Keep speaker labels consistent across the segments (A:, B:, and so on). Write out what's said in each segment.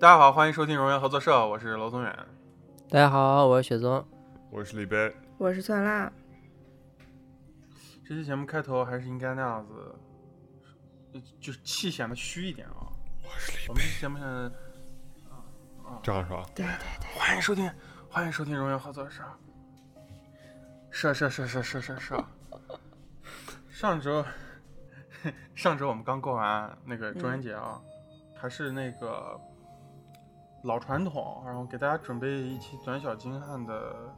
A: 大家好，欢迎收听荣源合作社，我是娄宗远。
B: 大家好，我是雪宗。
C: 我是李贝，
D: 我是酸辣，
A: 这期节目开头还是应该那样子，呃就是气显得虚一点啊、
C: 我是李
A: 我们这期节目现在
C: 这样是吧？
D: 对对对，
A: 欢迎收听，欢迎收听荣耀合作社。社社社社社社社。上周，上周我们刚过完那个中元节啊，还是那个老传统，然后给大家准备一期短小精悍的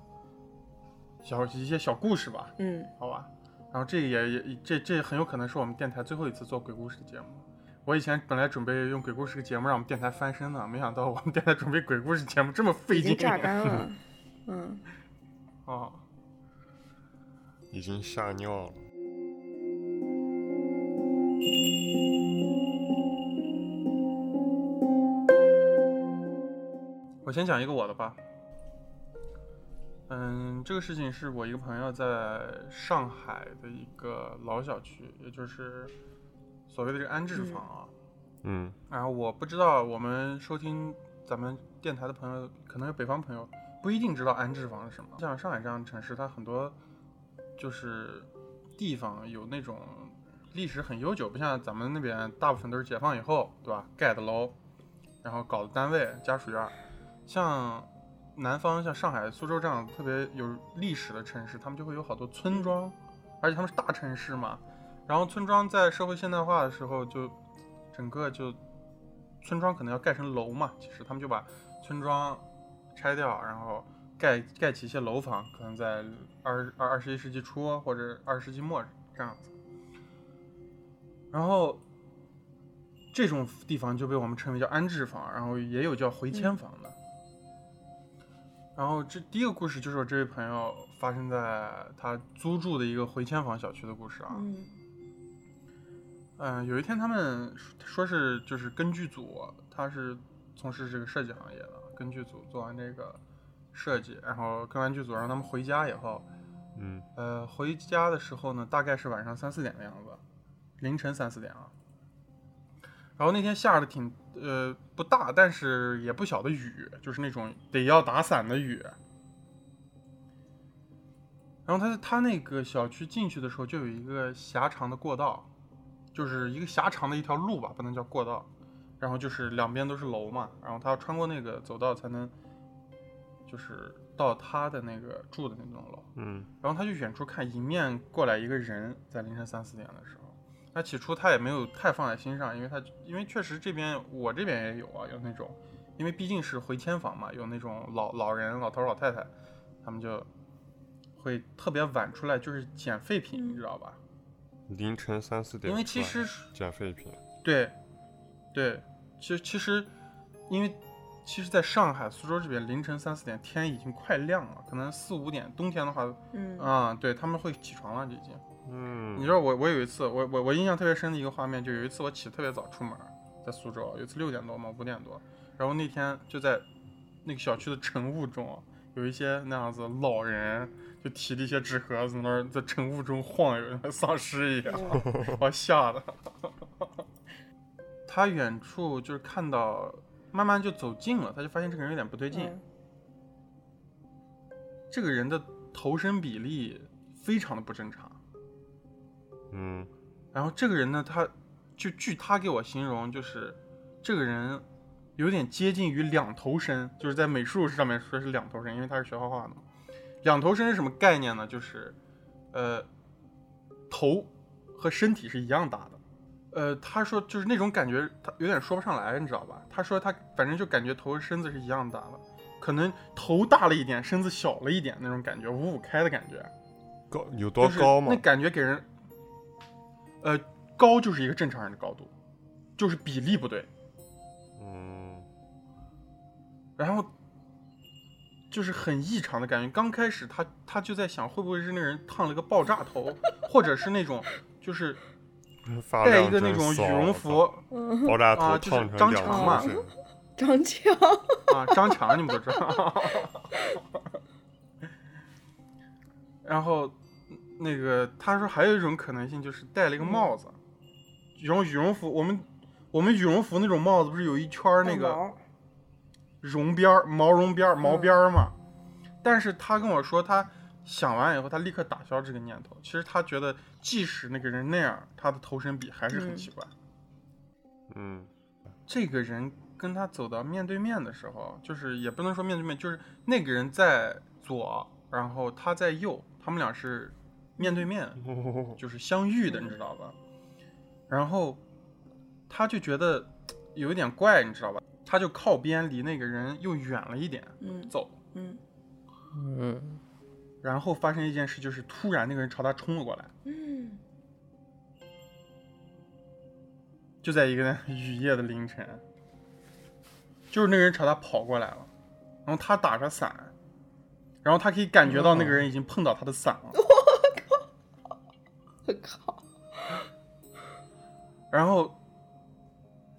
A: 小一些小故事吧，
D: 嗯，
A: 好吧。然后这个也也这这很有可能是我们电台最后一次做鬼故事的节目。我以前本来准备用鬼故事节目让我们电台翻身的，没想到我们电台准备鬼故事节目这么费
D: 已
A: 劲
D: 经。榨干了，嗯，
A: 哦，
C: 已经吓尿了。
A: 我先讲一个我的吧。嗯，这个事情是我一个朋友在上海的一个老小区，也就是所谓的这个安置房啊。
C: 嗯，
A: 然后啊我不知道我们收听咱们电台的朋友，可能有北方朋友不一定知道安置房是什么。像上海这样的城市，它很多就是地方有那种历史很悠久，不像咱们那边大部分都是解放以后，对吧？盖的楼，然后搞的单位、家属院儿。像南方，像上海、苏州这样特别有历史的城市，他们就会有好多村庄，而且他们是大城市嘛。然后村庄在社会现代化的时候就整个就村庄可能要盖成楼嘛，其实他们就把村庄拆掉，然后盖盖起一些楼房，可能在二二二十一世纪初或者二十世纪末这样子。然后这种地方就被我们称为叫安置房，然后也有叫回迁房的。然后这第一个故事就是我这位朋友发生在他租住的一个回迁房小区的故事啊。
D: 嗯
A: 嗯，有一天他们说是就是根据组，他是从事这个设计行业的，根据组做完这个设计，然后跟完剧组让他们回家以后，
C: 嗯，
A: 呃，回家的时候呢，大概是晚上三四点的样子，凌晨三四点啊。然后那天下的挺呃不大，但是也不小的雨，就是那种得要打伞的雨。然后他他那个小区进去的时候，就有一个狭长的过道，就是一个狭长的一条路吧，不能叫过道。然后就是两边都是楼嘛，然后他要穿过那个走道才能，就是到他的那个住的那栋楼。
C: 嗯，
A: 然后他就远处看，迎面过来一个人，在凌晨三四点的时候，那起初他也没有太放在心上，因为他因为确实这边我这边也有啊，有那种，因为毕竟是回迁房嘛，有那种老老人、老头儿、老太太，他们就会特别晚出来，就是捡废品，你知道吧？
C: 凌晨三四点出来，
A: 因为其实
C: 捡废品，
A: 对，对，其实其实，因为其实在上海、苏州这边凌晨三四点天已经快亮了，可能四五点，冬天的话，
D: 嗯
A: 啊、对他们会起床了，已经。
C: 嗯，
A: 你知道我我有一次我我我印象特别深的一个画面，就有一次我起得特别早出门，在苏州，有一次六点多嘛，五点多，然后那天就在那个小区的晨雾中，有一些那样子老人就提着一些纸盒子在那儿在晨雾中晃悠，像丧尸一样，把我吓的。 他远处就是看到，慢慢就走近了，他就发现这个人有点不对劲，
D: 嗯
A: 这个人的头身比例非常的不正常。
C: 嗯，
A: 然后这个人呢，他就据他给我形容，就是这个人有点接近于两头身，就是在美术上面说是两头身，因为他是学画画的嘛。两头身是什么概念呢？就是呃，头和身体是一样大的。呃，他说就是那种感觉，他有点说不上来，你知道吧？他说他反正就感觉头和身子是一样大的，可能头大了一点，身子小了一点那种感觉，五五开的感觉。
C: 高有多
A: 就是
C: 高吗
A: 那？感觉给人，呃，高就是一个正常人的高度，就是比例不对。
C: 嗯，
A: 然后就是很异常的感觉。刚开始他他就在想，会不会是那个人烫了个爆炸头，或者是那种就是
C: 发
A: 带
C: 量
A: 一个那
C: 真
A: 种
C: 骚啊
A: 羽绒，
C: 我
A: 服
C: 操
D: 嗯，
C: 爆炸
A: 啊
C: 头
A: 就是
C: 烫成
A: 张
C: 两
A: 强
C: 头
A: 嘛
C: 身，
D: 张强，
A: 啊，张强你们都知道。然后那
D: 嗯
A: 个他说还有一种可能性就是戴了一个帽子，羽绒羽绒服。我们我们羽绒服那种帽子不是有一圈儿那
D: 带
A: 个
D: 毛嗯
A: 绒边儿、毛绒边儿、毛边儿嘛？但是他跟我说，他想完以后，他立刻打消这个念头。其实他觉得，即使那个人那样，他的头身比还是很
D: 嗯
A: 奇怪。
C: 嗯
A: 这个人跟他走到面对面的时候，就是也不能说面对面，就是那个人在左，然后他在右，他们俩是面对面，
C: 嗯
A: 就是相遇的，你知道吧？然后他就觉得有一点怪，你知道吧？他就靠边离那个人又远了一点
D: 嗯
A: 走，
D: 嗯
B: 嗯，
A: 然后发生一件事，就是突然那个人朝他冲了过来，
D: 嗯，
A: 就在一个雨夜的凌晨，就是那个人朝他跑过来了，然后他打着伞，然后他可以感觉到那个人已经碰到他的伞了，
D: 我
A: 啊
D: 靠，
A: 然后，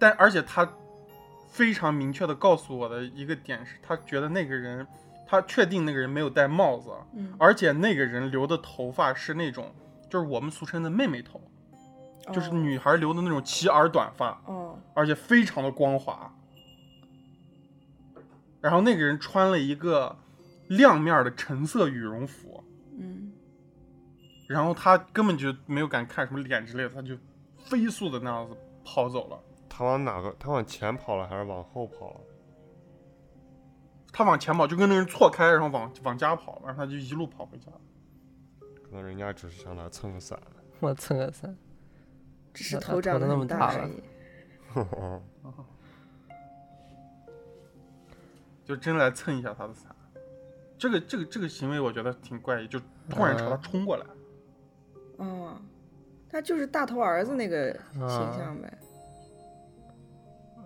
A: 但而且他非常明确的告诉我的一个点是，他觉得那个人，他确定那个人没有戴帽子，
D: 嗯
A: 而且那个人留的头发是那种，就是我们俗称的妹妹头，就是
D: 哦
A: 女孩留的那种齐耳短发，
D: 哦，
A: 而且非常的光滑。然后那个人穿了一个亮面的橙色羽绒服，
D: 嗯
A: 然后他根本就没有敢看什么脸之类的，他就飞速的那样子跑走了。
C: 他往哪个？他往前跑了还是往后跑了？
A: 他往前跑，就跟那人错开，然后往往家跑，然后他就一路跑回家。
C: 可能人家只是想来蹭个伞。
B: 我蹭个伞，
D: 只是
B: 那
D: 头
B: 他
D: 长
B: 头
D: 得
B: 那
D: 很
B: 么
D: 大
B: 大
D: 而
B: 了
D: 已。
A: 就真来蹭一下他的伞。这个这个这个行为我觉得挺怪异，就突然朝他冲过来。
D: 嗯，他就是大头儿子那个形
B: 啊
D: 象呗。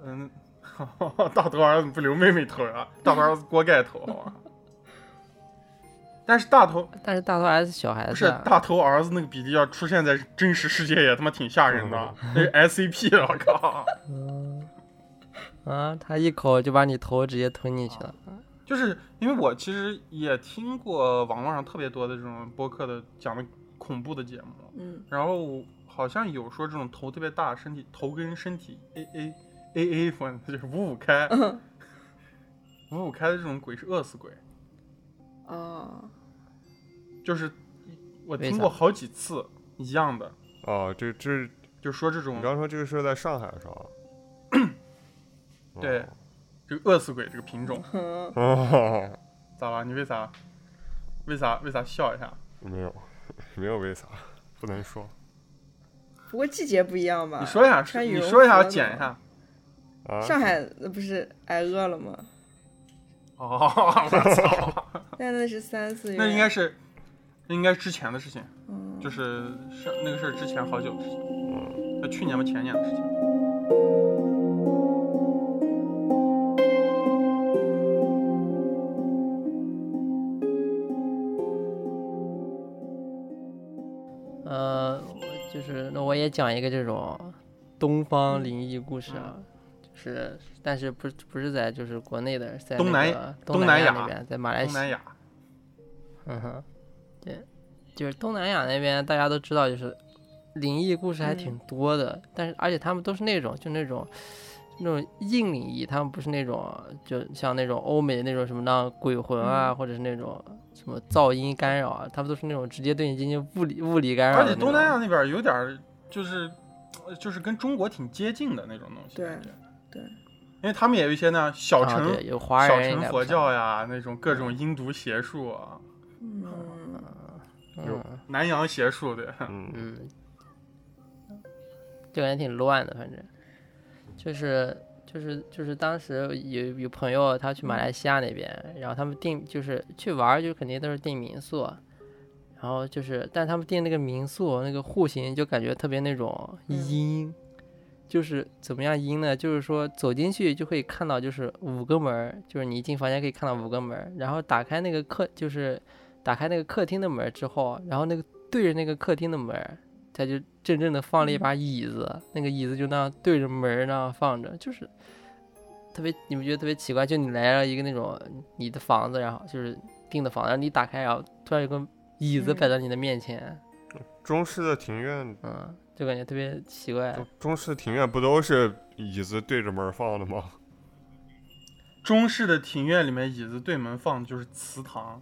A: 嗯， 大头儿子不留妹妹头啊，大头儿子锅盖头啊。 但是大头
B: 但是大头还是小孩
A: 不
B: 子
A: 是
B: 啊，
A: 大头儿子那个比例要出现在真实世界也他妈挺吓人的，那是 SCP 啊我靠！
B: 嗯啊，他一口就把你头直接吞进去了，
A: 就是因为我其实也听过网络上特别多的这种播客的讲的恐怖的节目，
D: 嗯
A: 然后好像有说这种头特别大，身体头跟身体 A A A A 分，就是五五开，
D: 嗯
A: 五五开的这种鬼是饿死鬼，
D: 哦，
A: 就是我
B: 为
A: 听
B: 啥
A: 过好几次一样的，
C: 哦，这这，你
A: 就说这种
C: 刚说这个事儿在上海是吧？
A: 对这个饿死鬼这个品种，
D: 嗯
C: 哦，
A: 咋了？你为啥？为啥为啥笑一下？
C: 没有， 没有为啥，不能说
D: 不过季节不一样吧？
A: 你说一下，
D: 穿羽
A: 你
D: 绒
A: 说一下，
D: 服
A: 我
D: 的
A: 剪一
D: 嘛。
A: 下。
C: 啊。
D: 上海呃不是挨饿了吗？
A: 哦，我操，
D: 但那是三四月。
A: 那应该是，那应该是之前的事情，
D: 嗯
A: 就是上那个事儿之前好久的事情，
C: 嗯
B: 嗯
A: 那去年吧前年的事情。
B: 呃，我就是那我也讲一个这种东方灵异故事啊，就是但是不是不是在就是国内的，在
A: 东
B: 那
A: 南
B: 个
A: 东
B: 东
A: 南
B: 亚
A: 亚
B: 那边，在马来
A: 东
B: 西亚
A: 南亚，
B: 嗯哼，对，就是东南亚那边大家都知道，就是灵异故事还挺多的，但是而且他们都是那种就那种那种硬灵异，他们不是那种就像那种欧美那种什么那鬼魂啊，或者是那种什么噪音干扰啊，他们都是那种直接对你进行物理物理干扰的
A: 而
B: 那
A: 且
B: 种。
A: 东南亚那边儿有点儿就是呃就是跟中国挺接近的那种东西，
D: 对
A: 感觉
D: 对
A: 因为他们也有一些那小
B: 啊
A: 乘、
B: 对有华
A: 小
B: 人应
A: 乘
B: 该
A: 佛
B: 不算
A: 教呀，那种各种阴毒邪术啊，
D: 嗯
A: 有
B: 嗯
A: 南洋邪术对，
C: 嗯
B: 嗯，就感觉挺乱的，反正就是就是就是当时有有朋友他去马来西亚那边，然后他们订就是去玩儿，就肯定都是订民宿，然后就是但他们订那个民宿那个户型就感觉特别那种
D: 嗯
B: 阴。就是怎么样阴呢？就是说走进去就可以看到，就是五个门儿，就是你一进房间可以看到五个门儿，然后打开那个客，就是打开那个客厅的门儿之后，然后那个对着那个客厅的门儿，他就正正的放了一把椅子，那个椅子就那样对着门儿那样放着，就是特别，你们觉得特别奇怪？就你来了一个那种你的房子，然后就是订的房子，然后你打开，然后突然有个椅子
D: 嗯
B: 摆在你的面前，
C: 中式的庭院，
B: 嗯就感觉特别奇怪。
C: 中中式的庭院不都是椅子对着门儿放的吗？
A: 中式的庭院里面椅子对门放的就是祠堂，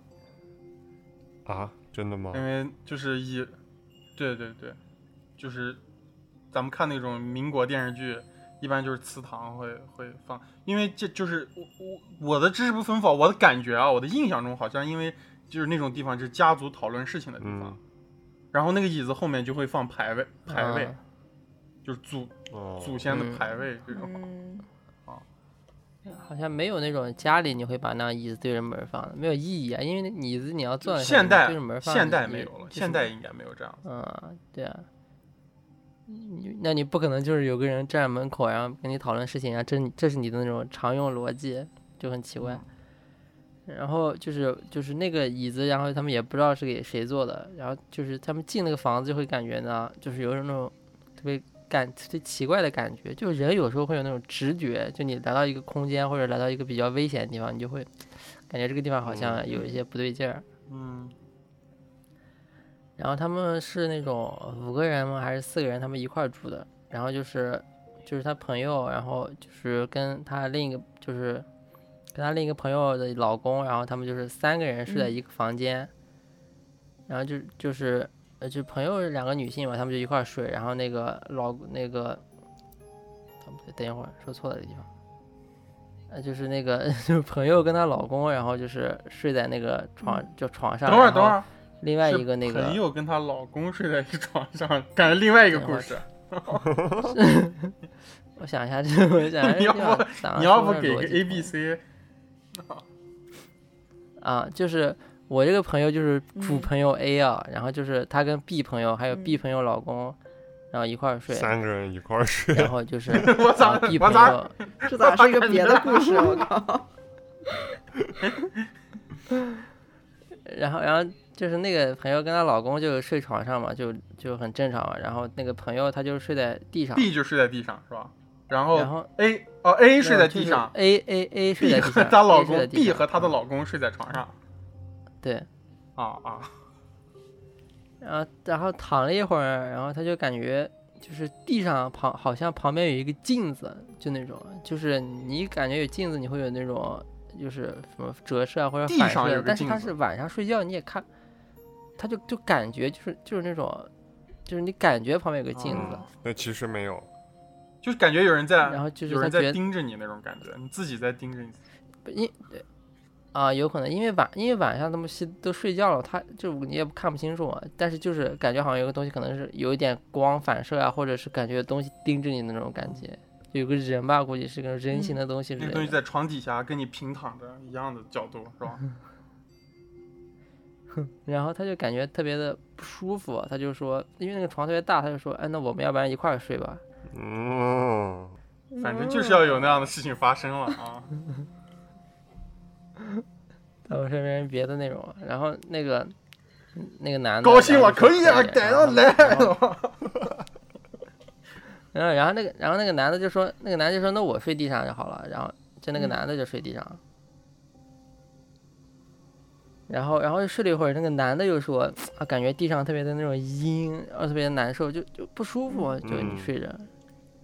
C: 啊，真的吗？
A: 因为就是以，对对对，就是咱们看那种民国电视剧，一般就是祠堂会会放，因为这就是我我我的知识不分法，我的感觉啊，我的印象中好像因为就是那种地方就是家族讨论事情的地方，
C: 嗯，
A: 然后那个椅子后面就会放牌位牌位，
B: 啊
A: 就是祖
C: 哦，
A: 祖先的
B: 嗯
A: 牌位这种。
D: 嗯，
B: 好像没有那种家里你会把那椅子对着门儿放的，没有意义啊，因为那椅子你要坐在上
A: 现
B: 面
A: 代
B: 对着门儿放，
A: 现代
B: 你
A: 没有了，
B: 就是
A: 现代应该没有这样。
B: 嗯，对啊，你那你不可能就是有个人站门口，然后跟你讨论事情，然后这是你这是你的那种常用逻辑，就很奇怪。然后就是就是那个椅子，然后他们也不知道是给谁做的，然后就是他们进那个房子就会感觉呢，就是有那种特别感特别奇怪的感觉，就人有时候会有那种直觉，就你来到一个空间或者来到一个比较危险的地方，你就会感觉这个地方好像有一些不对劲儿。
A: 嗯，
B: 然后他们是那种五个人吗？还是四个人？他们一块儿住的。然后就是就是他朋友，然后就是跟他另一个就是跟他另一个朋友的老公，然后他们就是三个人睡在
D: 嗯
B: 一个房间。然后就就是呃，就朋友两个女性嘛，他们就一块儿睡。然后那个老那个，啊不对，等一会儿说错了地方。呃，就是那个 就是朋友跟她老公，然后就是睡在那个床就床上。
A: 等会儿
B: 然
A: 等会
B: 后
A: 儿，
B: 另外
A: 是
B: 一个那个
A: 朋友跟她老公睡在一床上， 感觉另外一个故事。啊
B: 我想一下，这我想一下，
A: 你要
B: 这样
A: 不
B: 咱们
A: 你要
B: 说
A: 不
B: 这
A: 给
B: 逻
A: 个
B: 辑
A: A B C，
B: 啊？就是我这个朋友就是主
D: 嗯
B: 朋友 A 啊，然后就是他跟 B 朋友还有 B
D: 嗯
B: 朋友老公，然后一块儿睡，
C: 三个人一块儿睡，
B: 然后就是
A: 我
B: 然
A: 咋
B: 后 B
A: 我
B: 朋
A: 咋
B: 友
D: 这咋是一个别的故事？啊我靠！
B: 然后然后就是那个朋友跟她老公就睡床上嘛，就就很正常嘛。然后那个朋友他就睡在地上，
A: B 就睡在地上是吧？然
B: 然
A: 后
B: 后
A: A 哦 A 睡
B: 没
A: 在
B: 有就
A: 地
B: 是
A: 上
B: ，A A A 睡
A: ，B
B: 在地
A: 和
B: 上，
A: 她老
B: A 睡在
A: 公
B: 地
A: ，B
B: 上
A: 和她的
B: 嗯
A: 老公睡在床上。
B: 对，
A: 啊啊，
B: 然后然后躺了一会儿，然后他就感觉就是地上旁好像旁边有一个镜子，就那种，就是你感觉有镜子，你会有那种就是什么折射啊或者
A: 地
B: 反
A: 上有
B: 射
A: 个，
B: 但是
A: 镜
B: 他
A: 子
B: 是晚上睡觉你也看，他就就感觉就是就是那种，就是你感觉旁边有个镜子，
A: 啊
C: 那其实没有，
A: 就是感觉有人在
B: 然后就是
A: 有
B: 他
A: 人
B: 觉
A: 在
B: 得
A: 盯着你那种感觉，你自己在盯着你自己。
B: 不因啊、有可能因为晚因为晚上他们睡都睡觉了，他就你也看不清楚嘛，但是就是感觉好像有个东西可能是有一点光反射啊，或者是感觉有东西盯着你那种感觉，有个人吧，估计是个人形的东西
A: 嗯那
B: 之类
A: 个
B: 的
A: 东西在床底下跟你平躺着一样的角度是
B: 嗯
A: 吧？
B: 然后他就感觉特别的不舒服，他就说，因为那个床特别大，他就说，哎，那我们要不然一块儿睡吧？
C: 嗯，
A: 反正就是要有 那样的事情发生了啊。
B: 嗯他们身边别的那种，然后那个嗯那个男的
A: 高 兴了，可以啊，逮
B: 逮
A: 到来了。
B: 然后嗯然后那个然后那个男的就说，那个男的就说，那我睡地上就好了。然后就那个
D: 嗯
B: 男的就睡地上，然后然后又睡了一会儿，那个男的又说啊，感觉地上特别的那种阴，然后特别难受，就就不舒服，就你
C: 嗯
B: 睡着。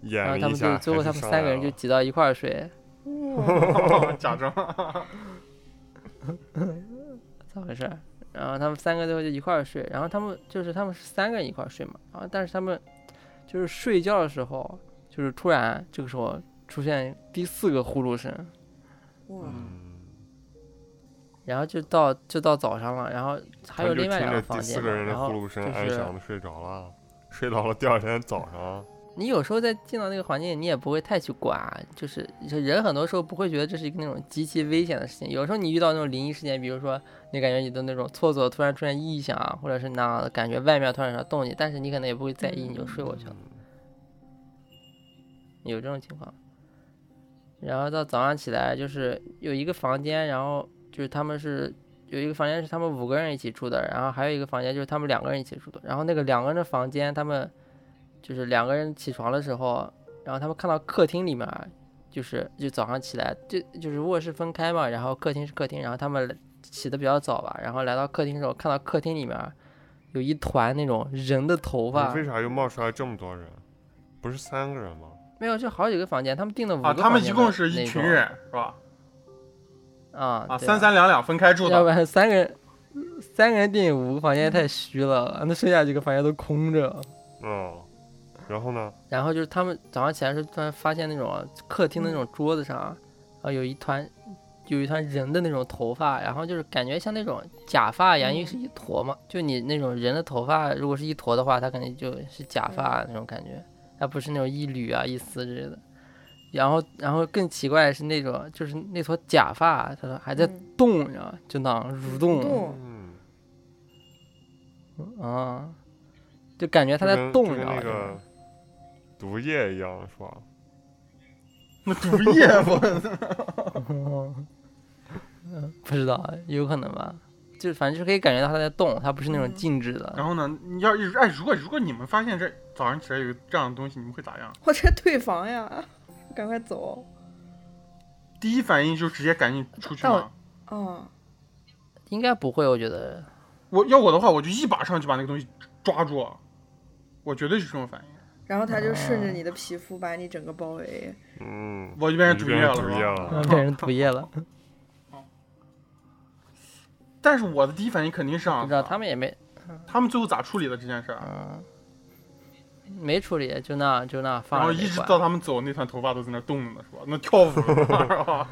C: 演
B: 然后
C: 了
B: 他
C: 一
B: 们
C: 下，
B: 就最后
C: 还
B: 他们
C: 是上
B: 三个
C: 来
B: 人就
C: 了
B: 挤到一块儿睡。
A: 假装，
B: 咋回事儿？然后他们三个最后就一块儿睡，然后他们就是他们是三个人一块儿睡嘛，然后但是他们就是睡觉的时候，就是突然这个时候出现第四个呼噜声，
D: 哇，
C: 嗯
B: 然后就到就到早上了，然后还
C: 他
B: 有
C: 就
B: 另外
C: 听
B: 两
C: 着
B: 个房
C: 第四
B: 间
C: 个
B: 嘛，
C: 人的
B: 然
C: 呼
B: 后
C: 噜声安
B: 就是
C: 详的睡着了，睡到了第二天早上。
B: 你有时候在进到那个环境，你也不会太去管，就是人很多时候不会觉得这是一个那种极其危险的事情。有时候你遇到那种灵异事件，比如说你感觉你的那种厕所突然出现异响啊，或者是那感觉外面突然有啥动静，但是你可能也不会在意，你就睡过去了。
C: 嗯
B: 有这种情况。然后到早上起来，就是有一个房间，然后就是他们是有一个房间是他们五个人一起住的，然后还有一个房间就是他们两个人一起住的。然后那个两个人的房间，他们就是两个人起床的时候，然后他们看到客厅里面，啊就是就早上起来，就就是卧室分开嘛，然后客厅是客厅，然后他们起的比较早吧，然后来到客厅的时候，看到客厅里面啊有一团那种人的头
C: 不是
A: 嗯
B: 发，
C: 为啥又冒出来这么多人？不是三个人吗？
B: 没有，就好几个房间，他们订了五个
A: 啊，
B: 房间的那种。
A: 他们一共是一群人是吧？
B: 啊
A: 啊，
B: 对
A: 三三两两分开住
B: 要不
A: 的，
B: 然三个人，三个人订五个房间太虚 了，那剩下几个房间都空着。
C: 嗯，然后呢？
B: 然后就是他们早上起来的时候，突然发现那种客厅的那种桌子上啊，啊有一团有一团人的那种头发，然后就是感觉像那种假发一样，因为是一坨嘛，就你那种人的头发如果是一坨的话，它肯定就是假发那种感觉，它不是那种一缕啊一丝之类的。然后，然后更奇怪的是那种，就是那坨假发，它还在
D: 嗯
B: 动，你知道吗？就那样蠕动，
D: 动，
C: 嗯，
B: 啊，就感觉它
C: 就
B: 在
C: 跟
B: 动，
C: 就
B: 你知
C: 跟
B: 道
C: 那
B: 吗？
C: 个毒液一样，是吧？
A: 那毒液我
B: 嗯，不知道，有可能吧。就反正就可以感觉到它在动，它不是那种
D: 嗯
B: 静止的。
A: 然后呢，你要哎，如果如果你们发现这早上起来有这样的东西，你们会咋样？
D: 我这退房呀，赶快走。
A: 第一反应就直接赶紧出去
B: 但我
A: 吗？
D: 嗯，
B: 应该不会，我觉 得。
A: 我要我的话，我就一把上去把那个东西抓住，我绝对是这种反应，
D: 然后他就顺着你的皮肤把你整个包围。
C: 嗯，
A: 我就变成
C: 你
A: 毒
C: 变
A: 液了，
C: 成毒
A: 是
C: 液
A: 吧？
C: 了
B: 让
C: 嗯
B: 变成毒液了，
A: 但是我的第一反应肯定是啊，
B: 不知道他们也没，
A: 他们最后咋处理的这件事儿，啊
B: 嗯，没处理，就那样就那样
A: 然
B: 放
A: 后
B: 着
A: 一
B: 没
A: 直
B: 管
A: 到他们走，那团头发都在那儿动呢，是吧？那跳舞呢是 吧？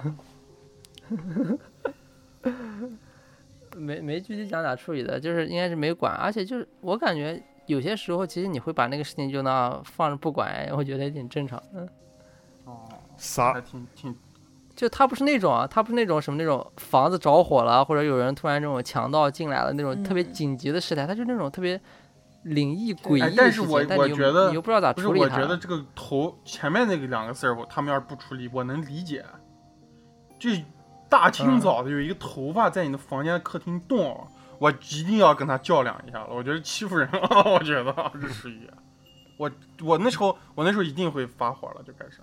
B: 没没具体讲咋处理的，就是应该是没管，而且就是我感觉有些时候其实你会把那个事情就那样放着不管，我觉得也挺正常的。
A: 哦，还
C: 仨，
A: 挺挺
B: 就他不是那种啊，他不是那种什么那种房子着火了，或者有人突然这种强盗进来了那种特别
D: 嗯
B: 紧急的事态，他就那种特别灵异诡异
D: 哎
B: 的
A: 但
B: 事情，
A: 是我
B: 但
A: 我
B: 你又
A: 觉得
B: 你又不知道咋
A: 不是，
B: 处理
A: 我
B: 它。
A: 觉得这个头前面那个两个字儿，我他们要是不处理，我能理解。就大
B: 嗯
A: 清早的有一个头发在你的房间客厅动，我一定要跟他较量一下了。我觉得欺负人了， 我觉得啊这属于。我我那时候我那时候一定会发火了，就开始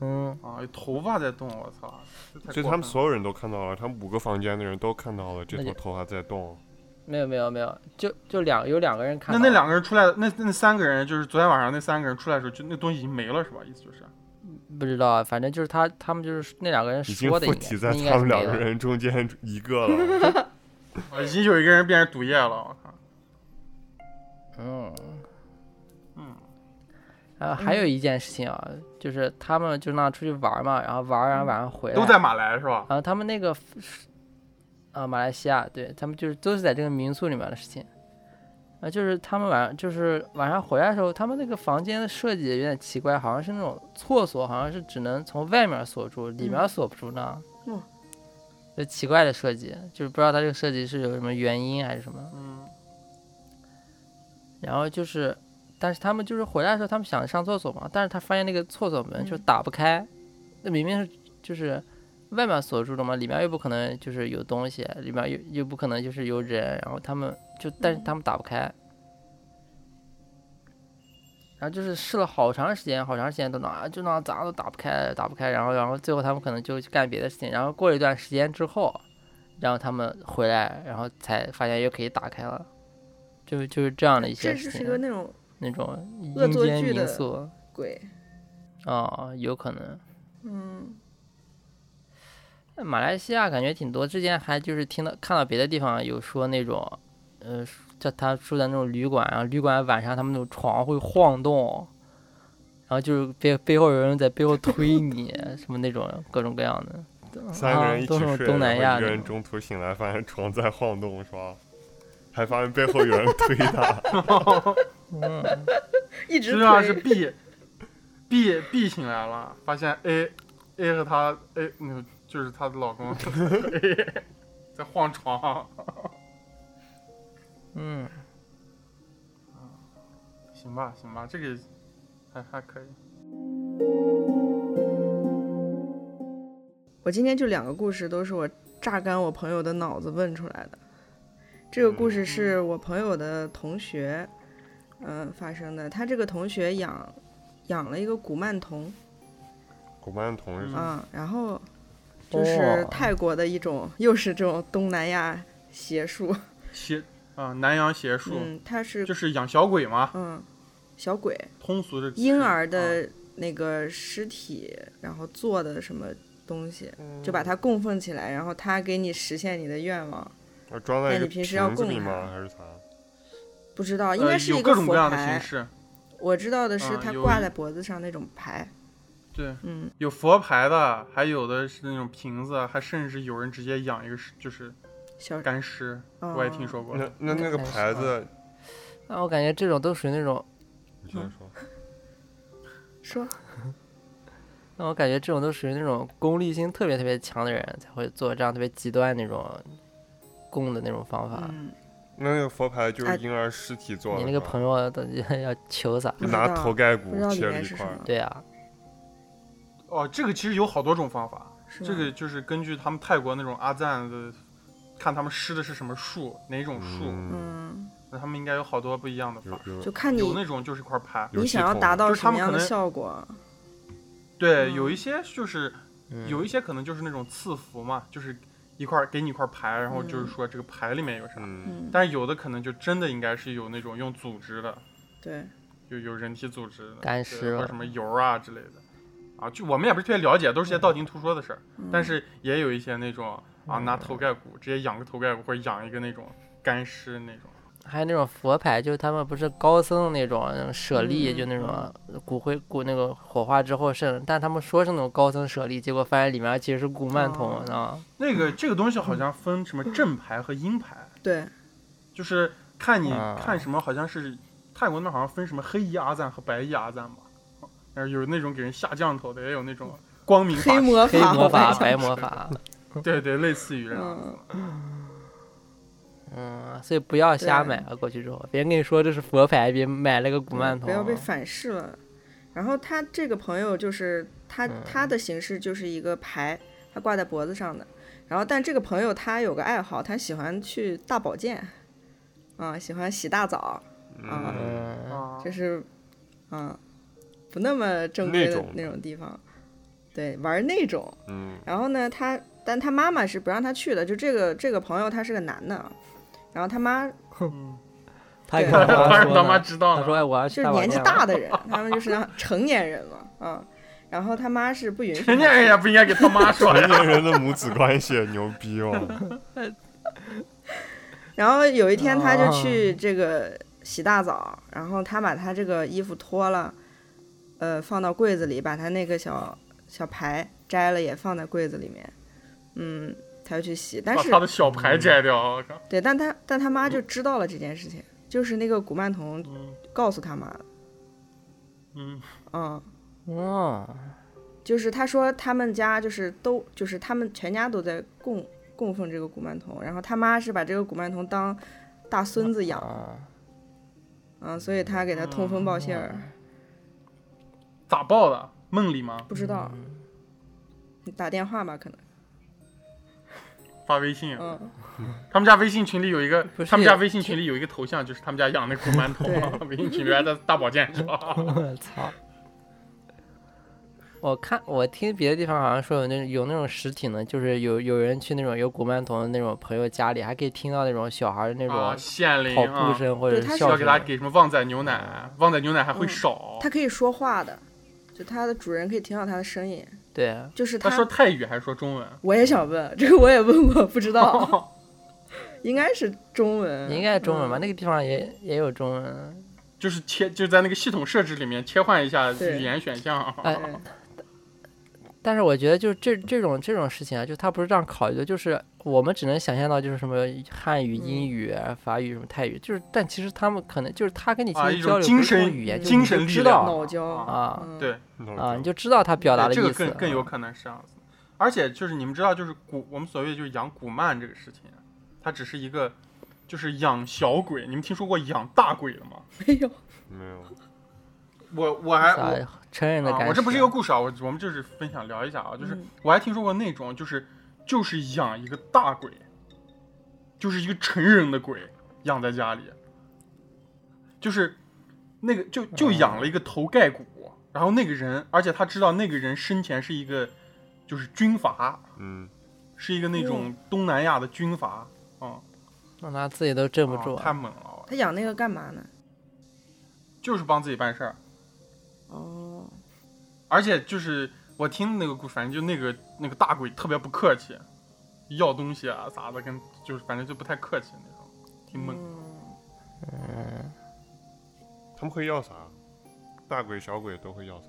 B: 嗯，
A: 啊，有头发在动，我操！这太
C: 所以
A: 过
C: 他
A: 分
C: 们
A: 了
C: 所有人都看到了，他们五个房间的人都看到了这
B: 那
C: 坨
B: 就
C: 头发在动。
B: 没有没有没有，就就两有两个人看
A: 那
B: 到了，
A: 那两个人出来的，那那三个人就是昨天晚上那三个人出来的时候，就那东西已经没了，是吧？意思就是
B: 不知道啊，反正就是他他们就是那两个人
C: 已经
B: 说的
C: 附
B: 应
C: 体
B: 该
C: 在
B: 应
C: 他
B: 该是
C: 们两
B: 没
C: 个
B: 的
C: 人中间一个 了。
A: 啊已经有一个人变成毒液了，我靠！
B: 嗯
A: 嗯，
B: 然后还有一件事情啊，就是他们就那样出去玩嘛，然后玩完晚上回来
A: 都在马来是吧？
B: 然后呃他们那个啊，马来西亚，对他们就是都是在这个民宿里面的事情。啊，就是他们晚上就是晚上回来的时候，他们那个房间的设计有点奇怪，好像是那种厕所，好像是只能从外面锁住，里面
D: 嗯
B: 锁不住呢。
D: 嗯
B: 就奇怪的设计，就是不知道它这个设计是有什么原因还是什么。
A: 嗯。
B: 然后就是，但是他们就是回来的时候，他们想上厕所嘛，但是他发现那个厕所门就
D: 嗯
B: 打不开，那、明明是就是外面锁住了嘛，里面又不可能就是有东西，里面又又不可能就是有人，然后他们就
D: 嗯
B: 但是他们打不开，然后就是试了好长时间，好长时间都拿就拿咋都打不开，打不开，然后然后最后他们可能就去干别的事情，然后过了一段时间之后，然后他们回来，然后才发现又可以打开了。就就是这样的一些
D: 这
B: 事
D: 就
B: 情。
D: 是一个那种
B: 那种
D: 恶
B: 阴
D: 作
B: 间
D: 剧
B: 民
D: 的
B: 宿
D: 鬼。
B: 啊、有可能。
D: 嗯
B: 那马来西亚感觉挺多，之前还就是听到看到别的地方有说那种，呃，叫他住在那种旅馆，然后旅馆晚上他们那种床会晃动，然后就是背背后有人在背后 推你，什么那种各种各样的。
C: 三个人一起
B: 啊都是那
C: 睡，
B: 种东南
C: 然后
B: 亚
C: 一个
B: 那
C: 人
B: 种
C: 中途醒来发现床在晃动，是吧？还发现背后有人推他，
B: 嗯，
D: 一直
A: 实际上是
D: 推。
A: B B B 醒来了，发现 A A 和她 A 嗯就是她的老 公 A 在晃床，
B: 嗯，
A: 行吧行吧，这个还还可以。
D: 我今天就两个故事，都是我榨干我朋友的脑子问出来的。这个故事是
A: 嗯
D: 我朋友的同学，嗯、发生的。他这个同学养养了一个古曼童
C: 古曼童是
A: 嗯
C: 啥？
D: 啊、然后就是
B: 哦
D: 泰国的一种，又是这种东南亚邪术。
A: 邪啊、南洋邪术、
D: 嗯，他是
A: 就是养小鬼嘛，
D: 嗯，小鬼，
A: 通俗的
D: 婴儿
A: 嗯
D: 的那个尸体，然后做的什么东西，
B: 嗯
D: 就
A: 嗯
D: 把它供奉起来，然后它给你实现你的愿望。
C: 啊装在
D: 那
C: 一个
D: 你平时要
C: 瓶子
D: 供
C: 里
D: 它
C: 吗？还是啥？
D: 不知道，
A: 呃
D: 啊应该是一
A: 有各种
D: 佛
A: 各样的
D: 牌
A: 形。式，
D: 我知道的是
A: 啊
D: 它
A: 有
D: 挂
A: 一
D: 在脖子上那种牌。
A: 对，
D: 嗯，
A: 有佛牌的，还有的是那种瓶子，啊还甚至有人直接养一个尸就是
D: 小
A: 干尸，
D: 哦
A: 我也听说过。
C: 那那那个
B: 还是
C: 牌子，
B: 那我感觉这种都属于那种，
C: 你
D: 嗯
C: 先说。
D: 说
B: 那我感觉这种都属于那种功利性特别特别强的人才会做这样特别极端那种供的那种方
C: 啊
B: 法。
D: 嗯，
C: 那那个佛牌就
D: 哎
C: 是婴儿尸体做
D: 嗯
C: 的
B: 你
C: 是
B: 那
C: 吧，
B: 个朋友到底 要求啥？
D: 不知
C: 拿
D: 道
C: 头盖
D: 不
C: 骨
D: 知道里
C: 切了
D: 面
C: 一
D: 是
C: 块
D: 什
C: 儿
D: 么，
B: 对啊，
A: 哦，这个其实有好多种方法，
D: 是
A: 这
D: 吗
A: 个就是根据他们泰国那种阿赞的，看他们施的是什么树，哪种树，
C: 嗯，
D: 嗯，
A: 那他们应该有好多不一样的法。
C: 有
D: 就
C: 有
D: 看
A: 有
D: 你
A: 那种就是一块牌，
C: 有
D: 你
C: 系
D: 想要
C: 统
D: 达到
A: 就是
D: 什
A: 他
D: 么
A: 们
D: 样
A: 可
D: 的
A: 能
D: 效果。
A: 对，
D: 嗯
A: 有一些就是
B: 嗯
A: 有一些可能就是那种赐福嘛，就是一块给你一块牌，然后就是说这个牌里面有啥，
C: 嗯
D: 嗯，
A: 但是有的可能就真的应该是有那种用组织的，
D: 对，
A: 有有人体组织的
B: 干
A: 对
B: 尸
A: 或
B: 了
A: 者什么油啊之类的，啊，就我们也不是特别了解，都是些道听途说的事儿，
D: 嗯
A: 但是也有一些那种
B: 嗯
A: 啊拿头盖骨直接养个头盖骨，或者养一个那种干尸那种，
B: 还有那种佛牌，就是他们不是高僧那种那种舍利，
D: 嗯
B: 就那种骨灰骨那个火化之后剩，但他们说是那种高僧舍利，结果发现里面其实是古曼童啊
D: 哦
B: 你知 道吗？
A: 那个这个东西好像分什么正牌和阴牌，
D: 对，
A: 就是看你
B: 啊
A: 看什么，好像是泰国那好像分什么黑衣阿赞和白衣阿赞吧，然后有那种给人下降头的，也有那种光明法
D: 黑
A: 师
D: 魔
B: 黑
D: 法，
B: 魔
D: 我
B: 法、
D: 感
B: 白魔 法，
A: 对对，类似于这样子。
B: 嗯，所以不要瞎
D: 对
B: 买啊！过去之后，别人跟你说这是佛牌，别买了个古曼
D: 嗯
B: 童，啊
D: 不要被反噬了。然后他这个朋友就是他，他的形式就是一个牌，他挂在脖子上的。然后，但这个朋友他有个爱好，他喜欢去大保健，啊、喜欢洗大澡，啊、
B: 嗯，
A: 啊
D: 就是，嗯、不那么正规
C: 那
D: 的
C: 种
D: 那种地方，对，玩那种。
C: 嗯
D: 然后呢，他但他妈妈是不让他去的，就这个这个朋友他是个男的，啊然后他妈嗯
B: 他给
D: 对啊
B: 他
A: 嗯当然
B: 妈说
A: 他妈
B: 呢，
A: 知道
B: 他说
A: 了，
B: 哎，我要去
D: 就是
B: 保
D: 年纪
B: 健了
D: 大 的人，他们就是那成年人嘛，嗯，然后他妈是不允许他
A: 成年人
D: 去
A: 也不应该给他妈说
C: 成
B: 嗯
A: 呀。
C: 年人的母子关系牛逼 哦，
D: 然后有一天他就
B: 哦
D: 去这个洗大澡，然后他把他这个衣服脱了，呃，放到柜子里，把他那个小小牌摘了也放在柜子里面，嗯，他就去洗，但
A: 把
D: 是
A: 哦他的嗯小牌
B: 嗯
A: 摘掉，我靠！
D: 对，但他但他妈就知道了这件事情，就是那个古曼童
A: 嗯
D: 告诉他妈的，
A: 嗯，
D: 嗯。
B: 嗯，
D: 就是他说他们家就是都就是他们全家都在供供奉这个古曼童，然后他妈是把这个古曼童当大孙子养，
B: 啊，
D: 嗯，所以他给他通风报信儿，
A: 咋报的？梦里吗？
D: 不知道，你打电话吧，可能，
A: 发微信？啊
D: 嗯，
A: 他们家微信群里有一个
B: 不，是
A: 他们家微信群里有一个头像，就是他们家养那古馒头。
D: 对
A: 微信群里还在大保健是吧？
B: 我操！我看我听别的地方好像说有那有那种实体呢，就是有有人去那种有古曼童的那种朋友家里，还可以听到那种小孩儿那种
A: 啊，县令
B: 跑
A: 啊
B: 步，声或者
D: 对他是
B: 笑
A: 要给他
B: 声。
A: 给什么旺仔牛奶，旺仔牛奶还会
D: 嗯
A: 少。
D: 他可以说话的，就他的主人可以听到他的声音，
B: 对，啊
D: 就是
A: 他说泰语还是说中文？
D: 我也想问，这个我也问过，不知
A: 哦
D: 道，
B: 哦
D: 应该是中文，
B: 应该是中文吧？
D: 嗯
B: 那个地方也也有中文。
A: 就是切就在那个系统设置里面切换一下
D: 对
A: 语言选项。
B: 哎
D: 嗯对
B: 但是我觉得就是这这种这种事情啊，就他不是这样考虑的，就是我们只能想象到就是什么汉语、
D: 嗯
B: 英语、啊法语、什么泰语，就是但其实他们可能就是他跟你其
A: 啊
B: 实
A: 一种
B: 交流
A: 精
B: 不是通
A: 神
B: 语言，就是
A: 精
B: 你
A: 神
B: 就
A: 力
B: 知
A: 量
B: 道
D: 脑胶
A: 啊
B: 啊
D: 嗯
A: 对
B: 啊，你就知道他表达的
A: 对
B: 意
A: 这
B: 思
A: 个
B: 啊。
A: 更更有可能是这样子。而且就是你们知道，就是古我们所谓就是养古曼这个事情，它只是一个就是养小鬼。你们听说过养大鬼了吗？
D: 没有，
C: 没有，
A: 我我还哎我
B: 啥成人的感
A: 啊。
B: 觉。
A: 我这不是一个故事啊，我我们就是分享聊一下啊，就是、
D: 嗯
A: 我还听说过那种，就是就是养一个大鬼，就是一个成人的鬼养在家里，就是那个就就养了一个头盖骨，然后那个人，而且他知道那个人生前是一个就是军阀，
C: 嗯，
A: 是一个那种东南亚的军阀。啊，
B: 那他自己都镇不
A: 啊
B: 住啊
A: 太猛了！
D: 他养那个干嘛呢？
A: 就是帮自己办事儿。
D: 哦，
A: 而且就是我听那个故事，反正就那个那个大鬼特别不客气，要东西啊啥的，跟就是反正就不太客气那种，挺猛。
D: 嗯
C: 他们会要啥？大鬼小鬼都会要啥？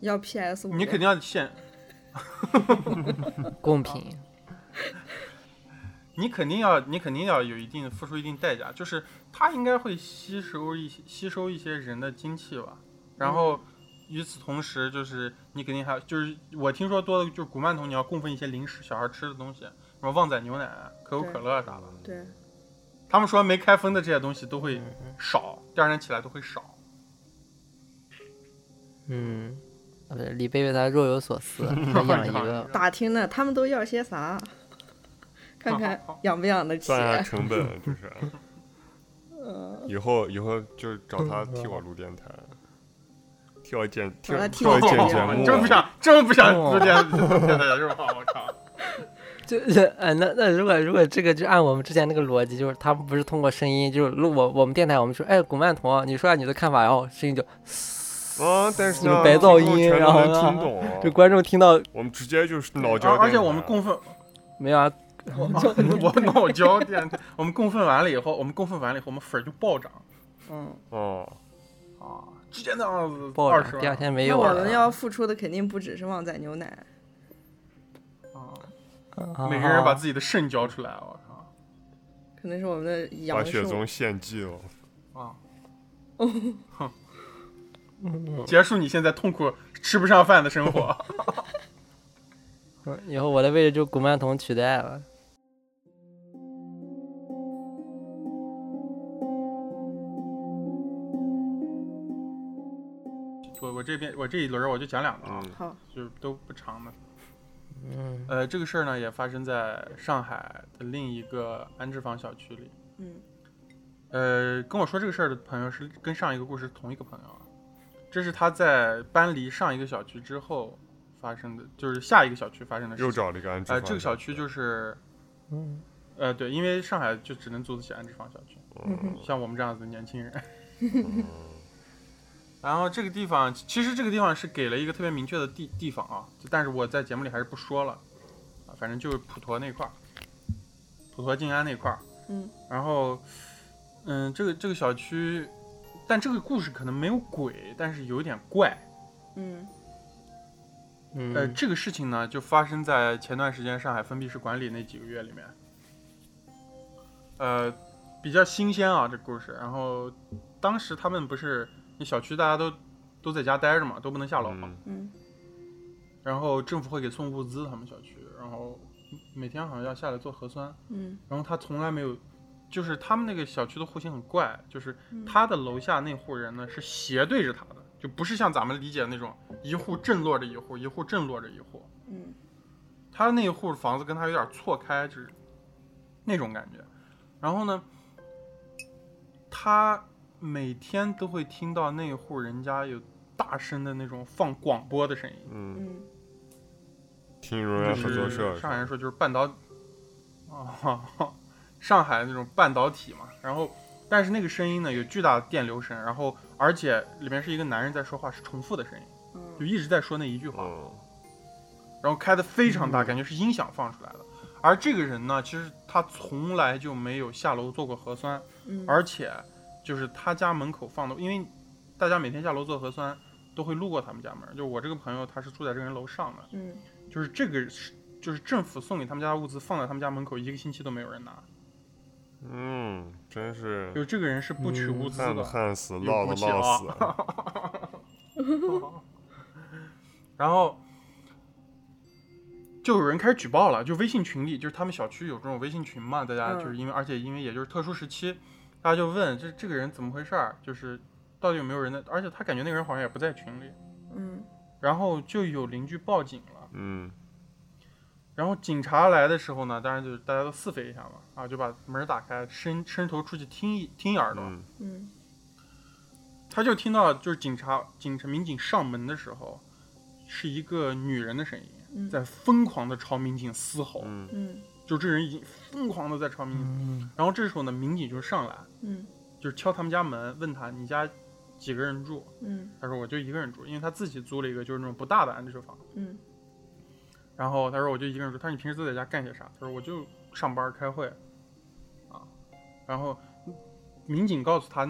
D: 要 PS 五，
A: 你肯定要现，
B: 贡品，
A: 你肯定要，你肯定要有一定付出一定代价，就是他应该会吸收一些吸收一些人的精气吧。
D: 嗯
A: 然后与此同时，就是你肯定还就是我听说多的就是古曼童，你要供奉一些零食，小孩吃的东西，什么旺仔牛奶、啊可口可乐啥的。
D: 对，
A: 他们说没开封的这些东西都会
D: 嗯
A: 少，第二天起来都会少。
B: 嗯，啊不是李贝贝他若有 所思，他养一个
D: 打听呢，他们都要些啥？ 看看
A: 好好好
D: 养不养得 起啊
C: 算。一下成本，啊就是。
D: 嗯
C: 以后以后就找他替我录电台，替我剪替
D: 找他替
C: 我
D: 你
C: 剪
D: 剪
C: 节
D: 节
C: 目
D: 目
A: 哦真不
C: 啊。
A: 想，真不想
B: 哦
A: 做电电台是吧？我靠！
B: 就就呃，那那如果如果这个就按我们之前那个逻辑，就是他们不是通过声音，就是录我我们电台，我们说，哎，古曼童，你说下你的看法，然后声音就
A: 哦
C: 啊，但是
B: 就
C: 呢，
B: 白噪
C: 听众
B: 音
C: 全
B: 然
C: 都
B: 后
C: 能
B: 呢
C: 听懂。哦
B: 就观众听到
C: 我们直接就是脑
A: 而
C: 胶。
A: 而且我们 供奉，
B: 没有啊，
A: 我我脑胶电台，我们供奉完了以后，我们供奉完了以后，我们粉儿就暴涨。
D: 嗯，
C: 哦，
A: 啊，直接那样子
B: 爆
A: 二十
B: 了，
A: 万，
B: 第二天没
D: 那
B: 有
D: 我
B: 了。
D: 们要付出的肯定不只是旺仔牛奶。
A: 啊，
B: 啊
A: 每个人把自己的肾交出来，我靠
D: 可能是我们的
C: 把
D: 杨
C: 雪
D: 树
C: 宗献祭了。
A: 啊！哼结束你现在痛苦吃不上饭的生活。
B: 以后我的位置就古曼童取代了。
A: 哎我我这边我这一轮儿我就讲两个啊，
C: 嗯，
D: 好，
A: 就是都不长的。
B: 嗯，
A: 呃，这个事儿呢也发生在上海的另一个安置房小区里。
D: 嗯
A: 呃，跟我说这个事儿的朋友是跟上一个故事同一个朋友啊，这是他在搬离上一个小区之后发生的，就是下一个小区发生的事情。
C: 嗯又找了一个安置
A: 呃，
C: 房。
A: 这个小区就是，
B: 嗯，
A: 呃，对，因为上海就只能租得起安置房小区，
C: 哦
D: 嗯哼
A: 像我们这样子的年 轻人。
C: 嗯
A: 然后这个地方，其实这个地方是给了一个特别明确的地地方啊，就但是我在节目里还是不说了，啊，反正就是普陀那块儿，普陀静安那块儿。
D: 嗯
A: 然后，嗯，这个这个小区，但这个故事可能没有鬼，但是有点怪。
D: 嗯
A: 呃，
B: 嗯，
A: 这个事情呢，就发生在前段时间上海封闭式管理那几个月里面。呃，比较新鲜啊，这故事。然后当时他们不是那小区大家都都在家待着嘛，都不能下楼嘛。
C: 嗯
D: 嗯
A: 然后政府会给送物资，他们小区，然后每天好像要下来做核酸。
D: 嗯
A: 然后他从来没有，就是他们那个小区的户型很怪，就是
D: 嗯
A: 他的楼下那户人呢是斜对着他的，就不是像咱们理解的那种一户正落着一户，一户正落着一户。
D: 嗯
A: 他那一户房子跟他有点错开，就是那种感觉。然后呢，他每天都会听到那户人家有大声的那种放广播的声音，
C: 嗯，
D: 嗯
C: 听荣源
A: 就
C: 合作社
A: 是上海人说就是半导，啊，上海那种半导体嘛。然后，但是那个声音呢有巨大的电流声，然后而且里面是一个男人在说话，是重复的声音，就
D: 嗯
A: 一直在说那一句话。
C: 嗯
A: 然后开的非常大，感觉是音响放出来的。而这个人呢，其实他从来就没有下楼做过核酸，
D: 嗯，
A: 而且就是他家门口放的，因为大家每天下楼做核酸都会路过他们家门。就我这个朋友，他是住在这个人楼上的，
D: 嗯
A: 就是这个是就是政府送给他们家的物资放在他们家门口一个星期都没有人拿，
C: 嗯，
A: 就
C: 真
A: 是是这个人是不取物资
C: 旱的
A: 的。
C: 旱死，
A: 有
C: 涝
A: 骨
C: 的
A: 气啊
C: 涝死。
A: 然后就有人开始举报了，就微信群里，就是他们小区有这种微信群嘛，大家
D: 嗯
A: 就是因为，而且因为也就是特殊时期，大家就问这这个人怎么回事儿，就是到底有没有人在，而且他感觉那个人好像也不在群里，
D: 嗯
A: 然后就有邻居报警了。
C: 嗯
A: 然后警察来的时候呢，当然就是大家都四飞一下嘛，啊，就把门打开，伸伸头出去听一听一耳朵，
C: 嗯
D: 嗯
A: 他就听到就是警察警察民警上门的时候，是一个女人的声音
D: 嗯
A: 在疯狂的朝民警嘶吼，
C: 嗯
D: 嗯
A: 就这人已经疯狂的在朝民警。
B: 嗯
A: 然后这时候呢，民警就上来，
D: 嗯
A: 就是敲他们家门，问他你家几个人住，
D: 嗯
A: 他说我就一个人住，因为他自己租了一个就是那种不大的安置房。
D: 嗯
A: 然后他说我就一个人住，他说你平时都在家干些啥？他说我就上班开会，啊，然后民警告诉他，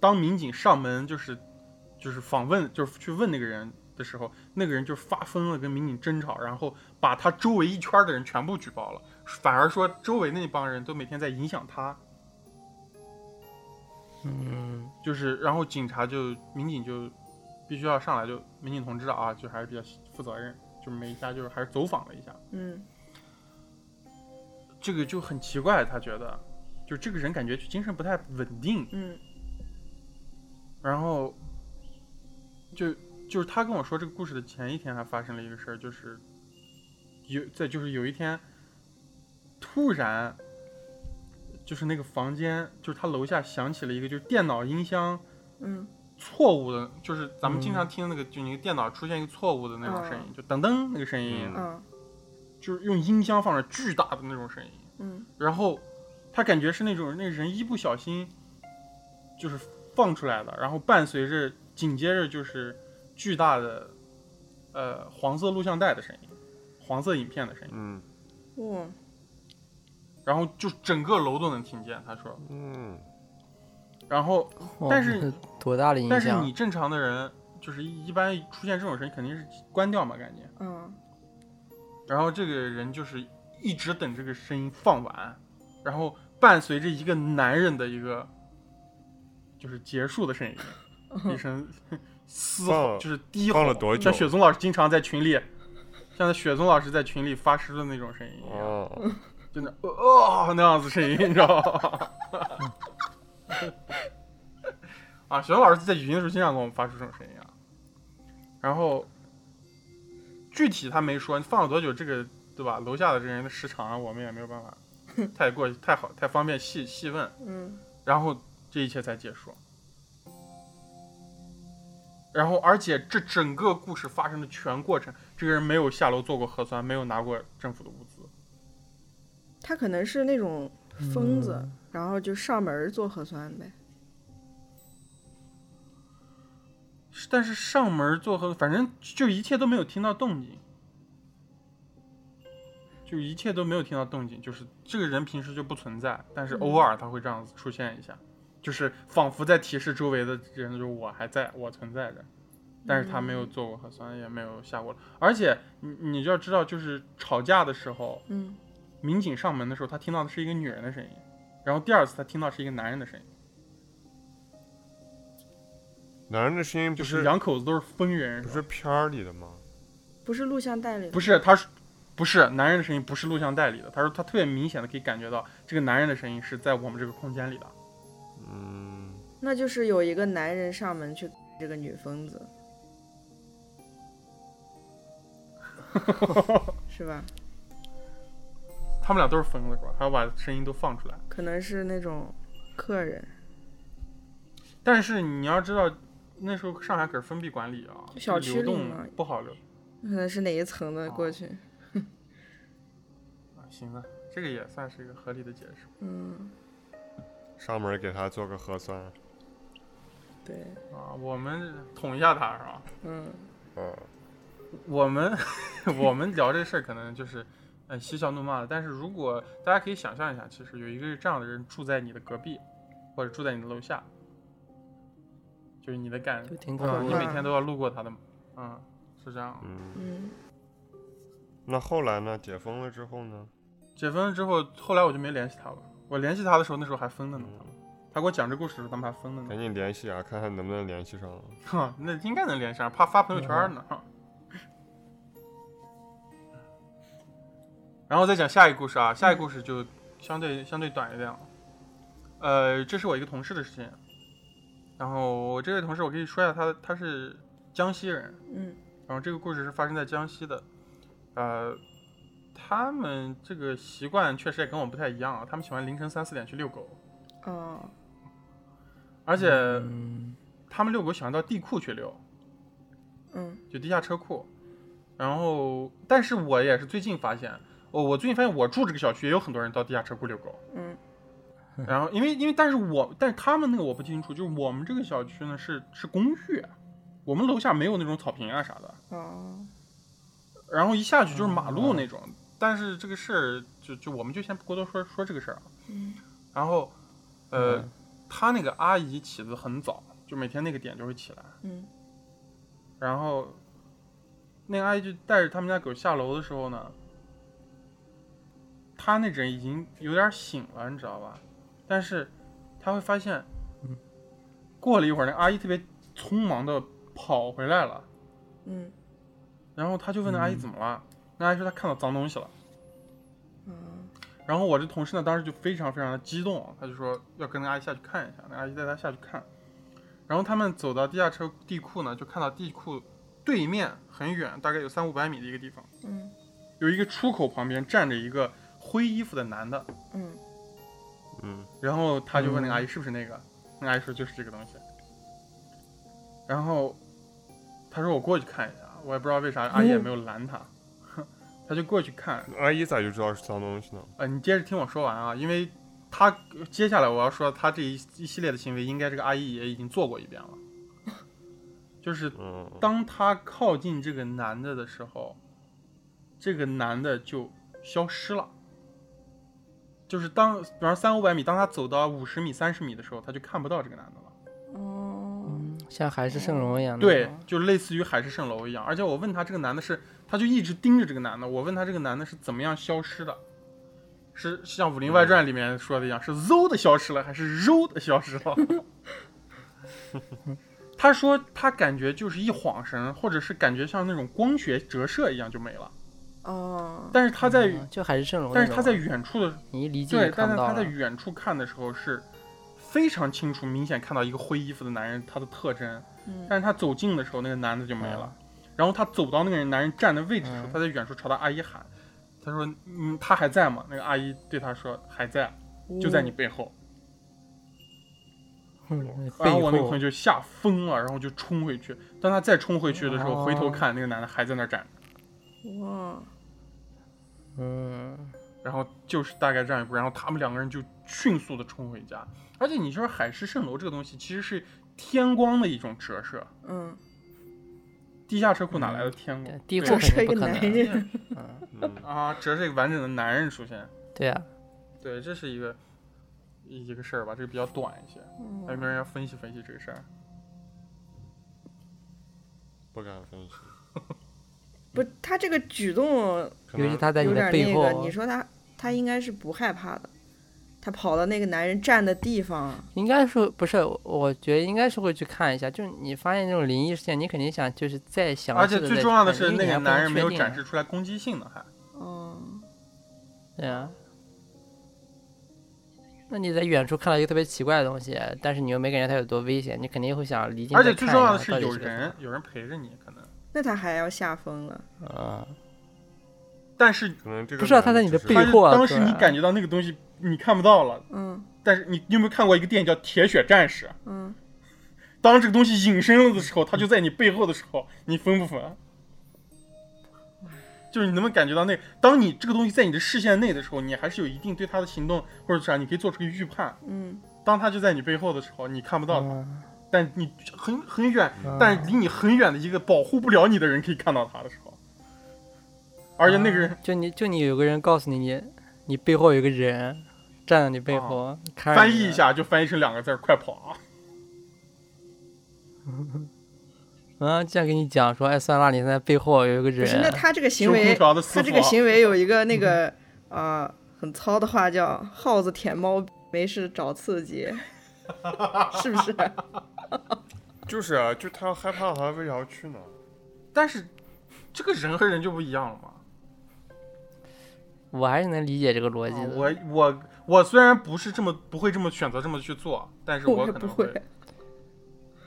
A: 当民警上门就是就是访问就是去问那个人的时候，那个人就发疯了，跟民警争吵，然后把他周围一圈的人全部举报了，反而说周围那帮人都每天在影响他，
B: 嗯，
A: 就是，然后警察就民警就必须要上来就民警同志啊，就还是比较负责任，就每一家就是还是走访了一下，
D: 嗯
A: 这个就很奇怪，他觉得就这个人感觉就精神不太稳定，
D: 嗯
A: 然后就就是他跟我说这个故事的前一天还发生了一个事儿，就是有在就是有一天突然就是那个房间就是他楼下响起了一个就是电脑音箱。
D: 嗯
A: 错误的，就是咱们经
B: 嗯
A: 常听那个，就你电脑出现一个错误的那种声音，
D: 嗯
A: 就噔噔那个声音，
C: 嗯
D: 啊
A: 就是用音箱放着巨大的那种声音。
D: 嗯
A: 然后他感觉是那种那人一不小心就是放出来的，然后伴随着紧接着就是巨大的呃黄色录像带的声音，黄色影片的声音，
C: 嗯
D: 哇
A: 然后就整个楼都能听见。他说，
C: 嗯
A: 然后
B: 哇
A: 但是
B: 这多大的影
A: 但是
B: 响
A: 你？正常的人就是一一般出现这种声音肯定是关掉嘛，赶紧。
D: 啊
A: 然后这个人就是一直等这个声音放完，然后伴随着一个男人的一个就是结束的声音，一 声嘶
C: 放
A: 吼，就是低吼，
C: 放了多久
A: 像雪松老师经常在群里，像雪松老师在群里发诗的那种声音一样，
C: 哦，
A: 就那哦那样子声音，你知道吗？ 啊，雪松老师在语音的时候经常给我们发出这种声音啊。然后具体他没说放了多久，这个对吧？楼下的这个人的时长啊我们也没有办法太过太好太方便细细问，
D: 嗯
A: 然后这一切才结束。然后，而且这整个故事发生的全过程，这个人没有下楼做过核酸，没有拿过政府的物资，
D: 他可能是那种疯子，
B: 嗯
D: 然后就上门儿做核酸呗。
A: 但是上门做核，反正就一切都没有听到动静，就一切都没有听到动静，就是这个人平时就不存在，但是偶尔他会这样子出现一下，就是仿佛在提示周围的人，就是我还在，我存在着，但是他没有做过核酸，也没有下过楼，而且你你就要知道，就是吵架的时候，
D: 嗯
A: 民警上门的时候，他听到的是一个女人的声音，然后第二次他听到是一个男人的声音，
C: 男人的声音不
A: 就是
C: 是
A: 两口子都是疯人，
C: 不是片儿里的吗？，
D: 不是录像带里的，
A: 不是，他是不是男人的声音不是录像带里的？他说他特别明显的可以感觉到这个男人的声音是在我们这个空间里的。
C: 嗯，
D: 那就是有一个男人上门去这个女疯子，是吧？
A: 他们俩都是疯子是吧？还要把声音都放出来。
D: 可能是那种客人，
A: 但是你要知道，那时候上海可是封闭管理啊，
D: 小区
A: 流
D: 里
A: 动
D: 嘛
A: 不好流。
D: 可能是哪一层的过去。
A: 啊，行了，这个也算是一个合理的解释
D: 嗯，
C: 上门给他做个核酸。
D: 对，
A: 啊。我们捅一下他是吧？
D: 嗯
C: 嗯
A: 我们 我们聊这事儿可能就是。呃，嬉笑怒骂的。但是如果大家可以想象一下，其实有一个这样的人住在你的隔壁，或者住在你的楼下，就是你的感
B: 就挺恐
D: 可
A: 嗯，
B: 怖
A: 你
B: 的。
A: 每天都要路过他的，嗯，是这样。
C: 嗯，
D: 嗯
C: 那后来呢？解封了之后呢？
A: 解封了之后，后来我就没联系他了。我联系他的时候，那时候还分了呢。
C: 嗯，
A: 他给我讲这故事的时候，他们还分了
C: 赶
A: 呢。
C: 紧联系啊，看看能不能联系上。
A: 哼，那应该能联系上，怕发朋友圈呢。 然后再讲下一个故事啊，下一个故事就相对相对短一点了。呃，这是我一个同事的事情。然后我这位同事，我可以说一下他，他是江西人，
D: 嗯
A: 然后这个故事是发生在江西的，呃，他们这个习惯确实也跟我们不太一样啊，他们喜欢凌晨三四点去遛狗，
D: 哦，
A: 而且
B: 嗯，
A: 他们遛狗喜欢到地库去遛，
D: 嗯
A: 就地下车库。然后，但是我哦也是最近发现，我我最近发现我住这个小区也有很多人到地下车库遛狗，
D: 嗯
A: 然后因为因为但是我但是他们那个我不清楚，就是我们这个小区呢是是公寓，我们楼下没有那种草坪啊啥的，
D: 哦，
A: 然后一下去就是马路那种。但是这个事儿就就我们就先不过多说说这个事儿啊。
D: 嗯
A: 然后，呃，
B: 嗯
A: 他那个阿姨起得很早，就每天那个点就会起来，
D: 嗯
A: 然后那个阿姨就带着他们家狗下楼的时候呢，她那人已经有点醒了，你知道吧？但是她会发现，过了一会儿，那阿姨特别匆忙的跑回来了，
D: 嗯
A: 然后她就问那阿姨怎么了，那阿姨说她看到脏东西了。
D: 嗯
A: 然后我这同事呢，当时就非常非常的激动，他就说要跟那阿姨下去看一下，那阿姨带他下去看。然后他们走到地下车地库呢，就看到地库对面很远，大概有三五百米的一个地方，
D: 嗯
A: 有一个出口旁边站着一个灰衣服的男的。
D: 嗯，
C: 嗯，
A: 然后他就问那个阿姨是不是那个，那个阿姨说就是这个东西。然后他说我过去看一下，我也不知道为啥阿姨也没有拦他， 他就过去看，
C: 阿姨咋就知道是脏东西呢？
A: 呃，你接着听我说完啊，因为他接下来我要说他这一一系列的行为，应该这个阿姨也已经做过一遍了。就是
C: 嗯，
A: 当他靠近这个男的的时候，这个男的就消失了。就是当，比方三五百米，当他走到五十米、三十米的时候，他就看不到这个男的了。
D: 哦，
B: 嗯，像海市蜃楼一样的。
A: 对，就类似于海市蜃楼一样。而且我问他这个男的是，他就一直盯着这个男的。我问他这个男的是怎么样消失的，是像《武林外传》里面说的一样，是嗖的消失了，还是揉的消失了？ 他说他感觉就是一晃神，或者是感觉像那种光学折射一样就没了。
D: 哦，
A: 但是他在，
B: 嗯就海市蜃楼那种啊。
A: 但是他在远处的，
B: 你一离近
A: 对
B: 就，
A: 但是
B: 看不到
A: 他在。
B: 了
A: 远处看的时候是非常清楚、明显看到一个灰衣服的男人他的特征。
D: 嗯
A: 但是他走近的时候，那个男的就没了。然后他走到那个人男人站的位置的时候，
B: 嗯
A: 他在远处朝他阿姨喊，他说：“嗯，他还在吗？”那个阿姨对他说：“还在，就在你背后。
B: 嗯
A: 然后我那
B: 背
A: 个
B: 后
A: 朋友就吓疯了，然后就冲回去。当他再冲回去的时候，
B: 哦
A: 回头看那个男的还在那儿站着。
D: 哇，
B: 嗯，
A: 然后就是大概这样一步，然后他们两个人就迅速的冲回家。而且你说海市蜃楼这个东西，其实是天光的一种折射。
D: 嗯，
A: 地下车库哪来的天光？
B: 嗯地库
A: 对
D: 折
B: 肯
D: 射
B: 定
D: 一
B: 不
D: 个
B: 可
D: 男
B: 能。
D: 人，
B: 嗯，
C: 嗯
A: 啊，折射一个完整的男人出现。
B: 对啊，
A: 对，这是一个一一个事儿吧，这个比较短一些。
B: 嗯
A: 还有没有人要分析分析这个事儿？
C: 不敢分析，
D: 不，他这个举动
C: 可
B: 尤其
C: 能
B: 他在
D: 有
B: 你
D: 点
B: 的
D: 那
B: 背
D: 个，
B: 后
D: 你，说他他应该是不害怕的，他跑到那个男人站的地方，
B: 应该是不是？我我觉得应该是会去看一下。就是你发现这种灵异事件，你肯定想就是再详
A: 而
B: 细
A: 且
B: 地
A: 最
B: 再
A: 重要的
B: 看
A: 是，
B: 因为
A: 那
B: 你
A: 个
B: 还不
A: 男
B: 能
A: 人
B: 确
A: 没有
B: 定
A: 展
B: 啊
A: 示出来攻击性呢，还
D: 哦，
B: 对啊。那你在远处看到一个特别奇怪的东西，但是你又没感觉它有多危险，你肯定会想离近。
A: 而且最重要的
B: 是
A: 是有人，有人陪着你，可能。
D: 那他还要吓疯了，
B: 啊，
A: 但是
C: 可能这个
B: 不知道他
C: 男
B: 在你的
C: 只是
B: 背
A: 他就
B: 后啊
A: 当时
B: 突然
A: 你感觉到那个东西你看不到了，
D: 嗯
A: 但是你你有没有看过一个电影叫《铁血战士》？
D: 嗯，
A: 当这个东西隐身了的时候，它就在你背后的时候，你疯不疯？就是你能不能感觉到那，当你这个东西在你的视线内的时候，你还是有一定对它的行动或者啥，你可以做出个预判。
D: 嗯
A: 当它就在你背后的时候，你看不到它，
B: 嗯
A: 但你很很远，
B: 嗯
A: 但离你很远的一个保护不了你的人可以看到它的时候，而且那个人、
B: 就你就你有个人告诉你，你你背后有个人站在你背后，看着
A: 哦翻
B: 你
A: 译一下就翻译成两个字儿：快跑啊！
B: 啊，这样跟你讲说，哎，酸辣，你在背后有一个
D: 不
B: 人，
D: 是，那他这个
A: 修
D: 行
A: 空
D: 为，
A: 调的
D: 他
A: 师
D: 这
A: 傅
D: 个
A: 啊，
D: 行为有 一个那个啊、呃很糙的话叫“耗子舔猫，没事找 刺激”，是不是？
C: 就是啊，就他害怕，他为啥要去呢？
A: 但是这个人和人就不一样了嘛。
B: 我还是能理解这个逻辑
A: 啊
B: 的。
A: 我我我虽然不是这么不会这么选择这么去做，但 是
D: 我
A: 我
D: 也
A: 可
D: 不
A: 能
D: 会
A: 会。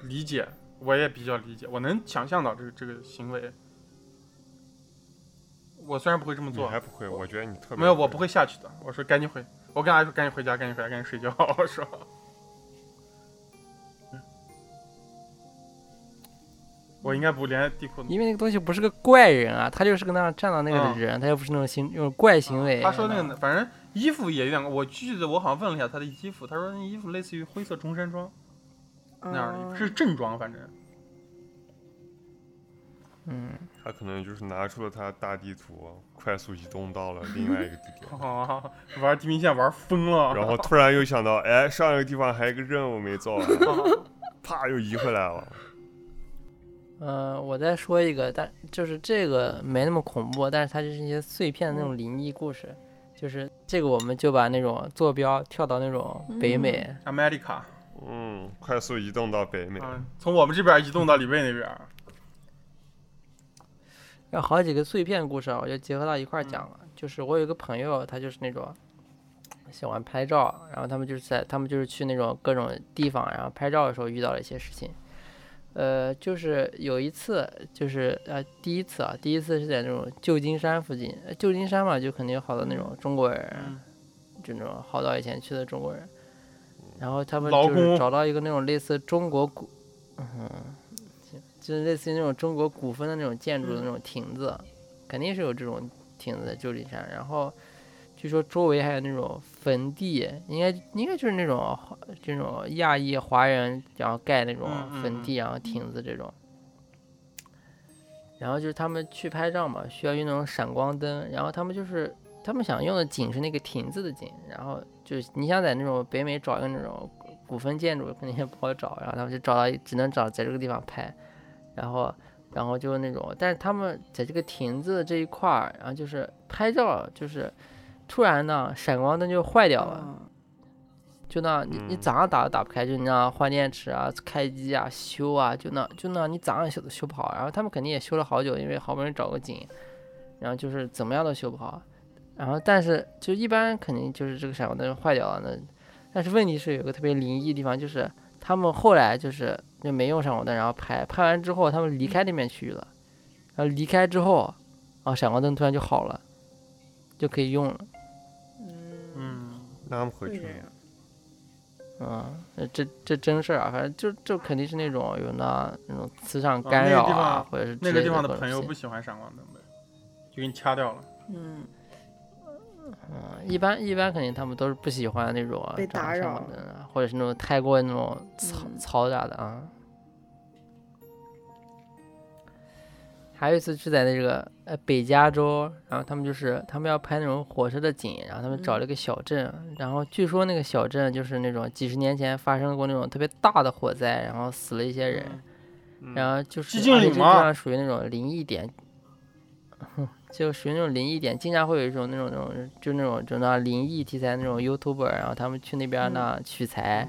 A: 理解，我也比较理解，我能想象到这个这个行为。我虽然不会这么
C: 你
A: 做
C: 还，不会？我觉得你特别
A: 没有，我不会下去的。我说赶紧回，我跟阿姨说赶紧回家，赶紧回家，赶紧睡觉。 我说，我应该不连地库。
B: 因为那个东西不是个怪人啊，他就是个那样站到那个
A: 啊
B: 的人，他又不是那种行那种怪行为。啊
A: 他说那个，反正衣服也有点，我记得我好像问了一下他的衣服，他说那衣服类似于灰色中山
D: 哦
A: 装那样的衣服，
D: 嗯
A: 是正装，反正
B: 嗯，
C: 他可能就是拿出了他大地图，快速移动到了另外一个地点，
A: 啊，玩地平线玩疯了，
C: 然后突然又想到，哎，上一个地方还有一个任务没做完，啪又移回来了。
B: 呃，我再说一个，但就是这个没那么恐怖，但是它就是一些碎片的那种灵异故事，就是这个我们就把那种坐标跳到那种北美，
A: America
C: 嗯，快速移动到北美，
A: 啊，从我们这边移动到李贝那边儿，
B: 有好几个碎片故事啊，我就结合到一块儿讲了。就是我有一个朋友，他就是那种喜欢拍照，然后他们就是在他们就是去那种各种地方，然后拍照的时候遇到了一些事情。呃，就是有一次，就是呃第一次啊，第一次是在那种旧金山附近，呃旧金山嘛，就肯定有好多那种中国人，
A: 嗯
B: 就那种好早以前去的中国人，然后他们
A: 劳
B: 就是
A: 工
B: 找到一个那种类似中国古，嗯，就是类似于那种中国古风的那种建筑的那种亭子，肯定是有这种亭子的旧金山。然后据说周围还有那种坟地，应该应该就是那种这种亚裔华人，然后盖那种
A: 嗯嗯
B: 坟地，然后亭子这种。然后就是他们去拍照嘛，需要用那种闪光灯，然后他们就是他们想用的景是那个亭子的景，然后就是你想在那种北美找一个那种古风建筑，肯定也不好找，然后他们就找到一只能找在这个地方拍，然后然后就是那种，但是他们在这个亭子这一块儿，然后就是拍照，就是突然呢闪光灯就坏掉了，
D: 啊
B: 就那你你
C: 嗯
B: 早上打都打不开，就你那换电池啊、开机啊、修啊，就那就那你早上修都修不好，然后他们肯定也修了好久，因为好不容易找个景，然后就是怎么样都修不好，然后但是就一般肯定就是这个闪光灯坏掉了那，但是问题是有个特别灵异的地方，就是他们后来就是就没用闪光灯，然后拍拍完之后他们离开那片区域了，然后离开之后，啊闪光灯突然就好了，就可以用了。
D: 嗯，
A: 嗯，
C: 那他们回
D: 会
C: 去
D: 这
C: 了。
D: 样，
B: 啊，呃这这真事儿啊，反正就就肯定是那种有那那种磁场
A: 那
B: 干
A: 个
B: 扰
A: 地
B: 啊，
A: 方
B: 或者是
A: 那
B: 之
A: 个
B: 类
A: 地方
B: 的
A: 的
B: 各种
A: 朋友
B: 事
A: 不喜欢闪光灯呗，就给你掐掉了。
D: 嗯，
B: 嗯，一般一般肯定他们都是不喜欢那种啊
D: 被
B: 长
D: 打
B: 闪
D: 扰
B: 光灯啊，或者是那种太过那种嘈
D: 嗯
B: 嘈杂的啊。还有一次是在那个呃北加州，然后他们就是他们要拍那种火车的景，然后他们
D: 嗯
B: 找了一个小镇，然后据说那个小镇就是那种几十年前发生过那种特别大的火灾，然后死了一些人，
A: 嗯
B: 然后就是，
A: 寂静
B: 而且
A: 岭
B: 这地
A: 嘛
B: 方属于那种灵异点，就属于那种灵异点，经常会有一种那种那种就那种就那灵异题材那种 YouTuber，然后他们去那边
D: 嗯
B: 那取材，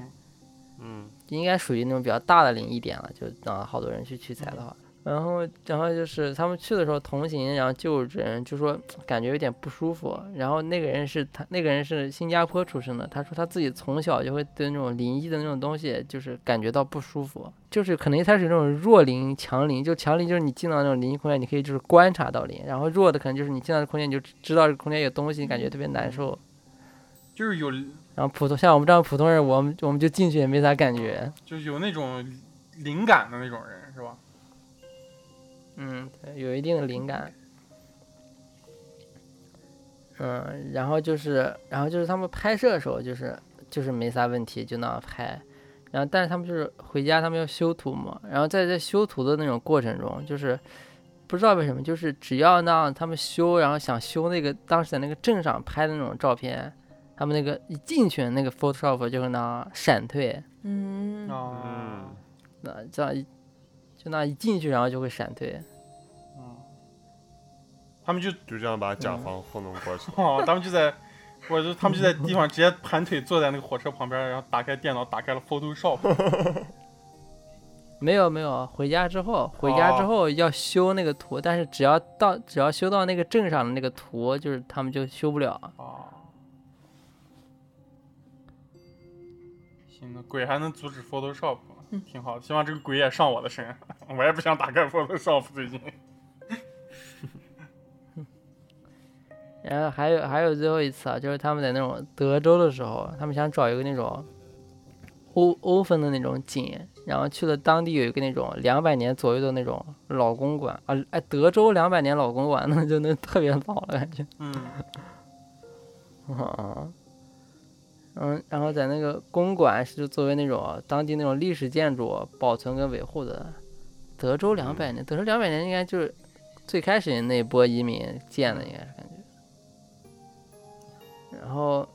C: 嗯，
B: 应该属于那种比较大的灵异点了，就啊好多人去取材的话。然后，然后就是他们去的时候同行，然后就有人就说感觉有点不舒服。然后那个人是他，那个人是新加坡出生的，他说他自己从小就会对那种灵异的那种东西就是感觉到不舒服，就是可能它是那种弱灵、强灵，就强灵就是你进到那种灵异空间，你可以就是观察到灵，然后弱的可能就是你进到这空间你就知道这空间有东西，你感觉特别难受。
A: 就是有
B: 然后普通像我们这样普通人，我们我们就进去也没啥感觉。
A: 就是有那种灵感的那种人是吧？
B: 嗯，对，有一定的灵感。嗯，然后就是，然后就是他们拍摄的时候，就是就是没啥问题，就那样拍。然后，但是他们就是回家，他们要修图嘛。然后在这修图的那种过程中，就是不知道为什么，就是只要那样他们修，然后想修那个当时在那个镇上拍的那种照片，他们那个一进去，那个 Photoshop 就会那样闪退。
D: 嗯，
A: 啊，
B: 那这样一就那一进去，然后就会闪退。
A: 嗯，他们就。
C: 就这样把甲方糊弄过去
A: 哦，他们就在，我就他们就在地方直接盘腿坐在那个火车旁边，然后打开电脑，打开了 Photoshop，
B: 没有没有，回家之后，回家之
A: 哦
B: 后要修那个图，但是只要到只要修到那个镇上的那个图，就是他们就修不了。
A: 啊，行，那鬼还能阻止 Photoshop，挺好的，希望这个鬼也上我的 身，我也不想打开 Photoshop 最近，
B: 然后还有还有最后一次啊，就是他们在那种德州的时候，他们想找一个那种欧欧风的那种景，然后去了当地有一个那种两百年左右的那种老公馆啊，哎，德州两百年老公馆，那就那特别老了感觉。
A: 嗯，
B: 啊，嗯， 然后在那个公馆是作为那种当地那种历史建筑保存跟维护的。德州两百年，德州两百年应该就是最开始那波移民建的，应该是感觉。然后，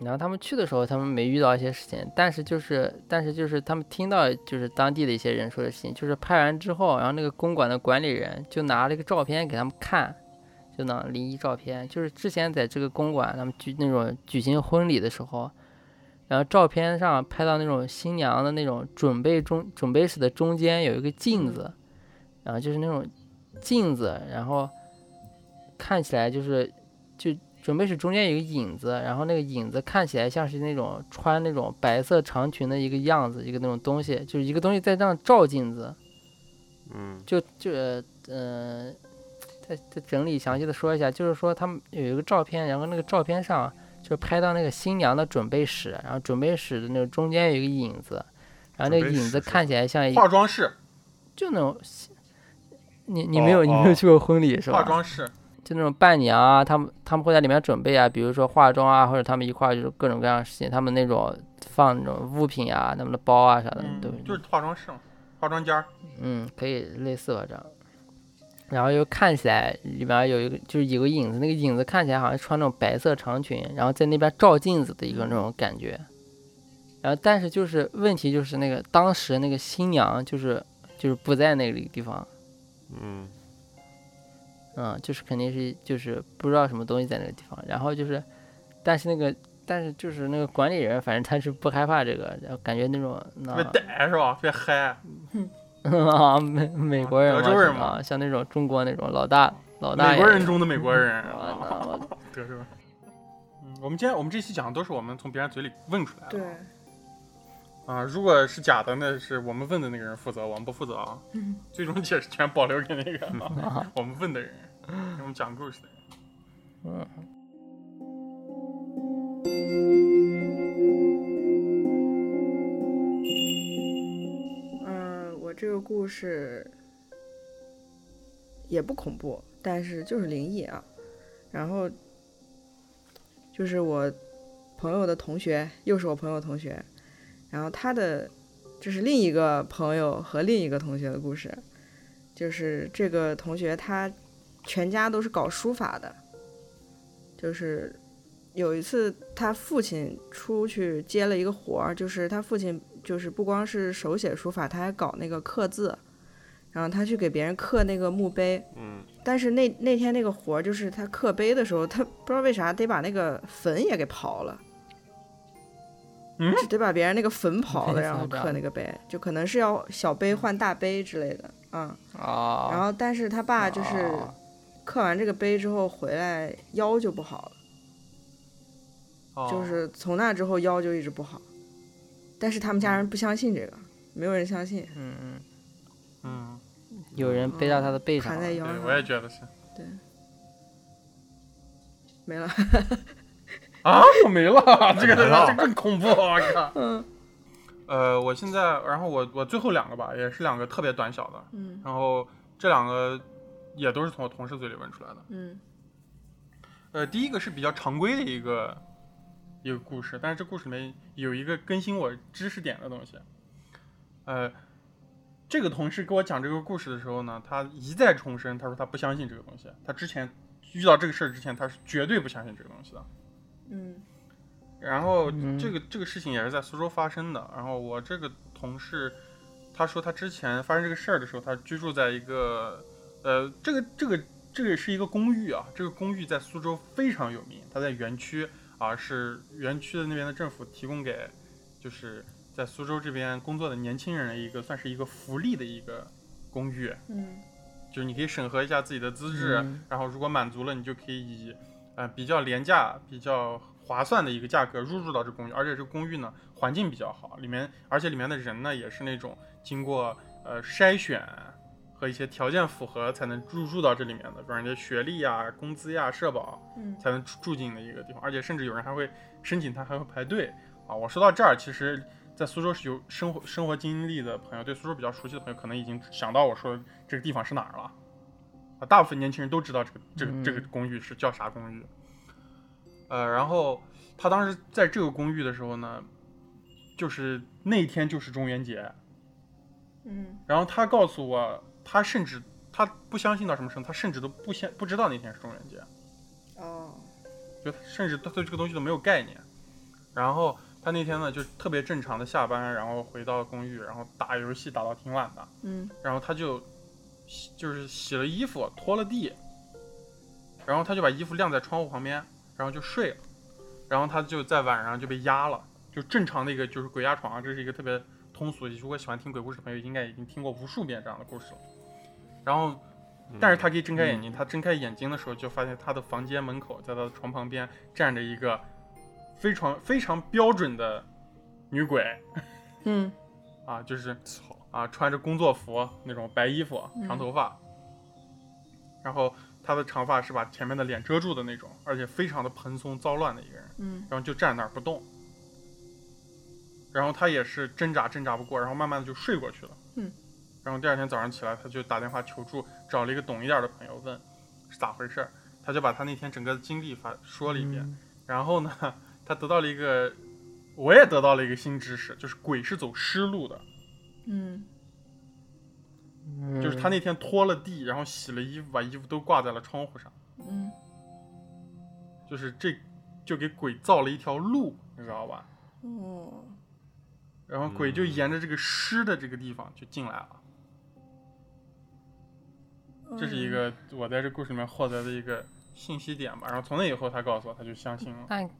B: 然后他们去的时候，他们没遇到一些事情，但是就是但是就是他们听到就是当地的一些人说的事情，就是拍完之后，然后那个公馆的管理人就拿了一个照片给他们看。就那种灵异照片，就是之前在这个公馆他们举那种举行婚礼的时候，然后照片上拍到那种新娘的那种准备中准备室的中间有一个镜子，然后就是那种镜子，然后看起来就是就准备室中间有一个影子，然后那个影子看起来像是那种穿那种白色长裙的一个样子，一个那种东西，就是一个东西在那样照镜子，
C: 嗯，
B: 就就呃。再再整理详细的说一下，就是说他们有一个照片，然后那个照片上就是拍到那个新娘的准备室，然后准备室的那个中间有一个影子，然后那个
C: 准备
B: 影子
C: 室是
B: 看起来像一
A: 化妆室，
B: 就那种，你你
C: 哦
B: 没有、你没
C: 哦
B: 有去过婚礼是吧？
A: 化妆室，
B: 就那种伴娘啊，他们他们会在里面准备啊，比如说化妆啊，或者他们一块儿就是各种各样的事情，他们那种放那种物品啊，他们的包啊啥的，对不对？
A: 嗯就是化妆室嘛，化妆间儿，
B: 嗯，可以类似吧这样。然后又看起来里面有一个就是有个影子，那个影子看起来好像穿那种白色长裙，然后在那边照镜子的一个那种感觉。然后但是就是问题就是那个当时那个新娘就是就是不在那个地方，
C: 嗯，
B: 嗯，就是肯定是就是不知道什么东西在那个地方。然后就是，但是那个但是就是那个管理人，反正他是不害怕这个，然后感觉那种那
A: 特别呆是吧？特别嗨，
B: 啊，美美国人
A: 德
B: 嘛
A: 州人嘛
B: 是吧像那种中国那种老大老大
A: 美国
B: 爷
A: 人中的美国人，
B: 啊
A: 啊
B: 那我
A: 德州人。嗯，我们今天我们这期讲的都是我们从别人嘴里问出来的
D: 对，
A: 啊。如果是假的，那是我们问的那个人负责，我们不负责啊。最终解释权保留给那个、
B: 啊
A: 我们问的人，给我们讲故事的人。
B: 嗯
D: 嗯，我这个故事也不恐怖，但是就是灵异啊。然后就是我朋友的同学，又是我朋友同学，然后他的这是另一个朋友和另一个同学的故事，就是这个同学他全家都是搞书法的，就是有一次他父亲出去接了一个活儿，就是他父亲就是不光是手写书法，他还搞那个刻字，然后他去给别人刻那个墓碑，
C: 嗯，
D: 但是那那天那个活儿，就是他刻碑的时候，他不知道为啥得把那个坟也给刨了，
A: 嗯，
D: 得把别人那个坟刨了，
B: 为啥
D: 然后
B: 这样
D: 刻那个碑，就可能是要小碑换大碑之类的啊。
A: 哦
B: 啊，
D: 然后，但是他爸就是
B: 啊
D: 刻完这个碑之后回来腰就不好了。
A: 哦、
D: 就是从那之后腰就一直不好，但是他们家人不相信这个，没有人相信，
B: 嗯嗯，
A: 嗯，
B: 有人背到他的背上
D: 盘
B: 了，
D: 在
A: 对
D: 腰，
A: 我也
D: 上
A: 觉得是
D: 没了。
A: 啊，我没了，这个
C: 没了
A: 这更恐怖，我靠。
D: 嗯
A: 呃，我现在，然后我我最后两个吧，也是两个特别短小的，
D: 嗯
A: 然后这两个也都是从我同事嘴里问出来的。
D: 嗯
A: 呃，第一个是比较常规的一个一个故事，但是这故事里面有一个更新我知识点的东西。呃，这个同事给我讲这个故事的时候呢，他一再重申，他说他不相信这个东西，他之前遇到这个事儿之前，他是绝对不相信这个东西的。
D: 嗯
A: 然后
B: 嗯
A: 这个、这个事情也是在苏州发生的。然后我这个同事，他说他之前发生这个事儿的时候，他居住在一个，呃，这个这个这个是一个公寓啊，这个公寓在苏州非常有名，它在园区啊，是园区的那边的政府提供给就是在苏州这边工作的年轻人的一个算是一个福利的一个公寓。
D: 嗯
A: 就是你可以审核一下自己的资质，
B: 嗯
A: 然后如果满足了，你就可以以呃比较廉价、比较划算的一个价格入住到这公寓，而且这个公寓呢环境比较好，里面而且里面的人呢也是那种经过呃筛选和一些条件符合才能入住到这里面的，比方人家学历呀、工资呀、社保，
D: 嗯
A: 才能住住进的一个地方，而且甚至有人还会申请，他还会排队啊。我说到这儿，其实，在苏州是有生活生活经历的朋友，对苏州比较熟悉的朋友，可能已经想到我说这个地方是哪儿了啊。大部分年轻人都知道这个这个这个
B: 嗯
A: 公寓是叫啥公寓。呃，然后他当时在这个公寓的时候呢，就是那天就是中元节，
D: 嗯，
A: 然后他告诉我，他甚至他不相信到什么程度，他甚至都不相不知道那天是中元节，
D: 哦，
A: 就他甚至他对这个东西都没有概念。然后他那天呢，就特别正常的下班，然后回到公寓，然后打游戏打到挺晚的，
D: 嗯
A: 然后他就洗就是洗了衣服，拖了地，然后他就把衣服晾在窗户旁边，然后就睡了，然后他就在晚上就被压了，就正常的一个就是鬼压床啊，这是一个特别通俗，如果喜欢听鬼故事的朋友应该已经听过无数遍这样的故事了。然后，
C: 嗯
A: 但是他可以睁开眼睛，他睁开眼睛的时候就发现他的房间门口，在他的床旁边站着一个非常非常标准的女鬼
D: 嗯
A: 啊，就是
C: 操，
A: 啊，穿着工作服那种白衣服，长头发，然后他的长发是把前面的脸遮住的那种，而且非常的蓬松糟乱的一个人，
D: 嗯
A: 然后就站那儿不动。然后他也是挣扎挣扎不过，然后慢慢的就睡过去了。
D: 嗯。
A: 然后第二天早上起来，他就打电话求助，找了一个懂一点的朋友问是咋回事儿，他就把他那天整个经历发说
D: 嗯
A: 了一
B: 嗯
A: 遍。然后呢，他得到了一个，我也得到了一个新知识，就是鬼是走湿路的。
D: 嗯
B: 嗯，
A: 就是他那天拖了地，然后洗了衣服，把衣服都挂在了窗户上，
D: 嗯，
A: 就是这就给鬼造了一条路，你知道吧？
D: 哦，
A: 然后鬼就
C: 嗯
A: 沿着这个湿的这个地方就进来了，
D: 哎
A: 这是一个我在这故事里面获得的一个信息点吧。然后从那以后，他告诉我，他就相信了。
B: 但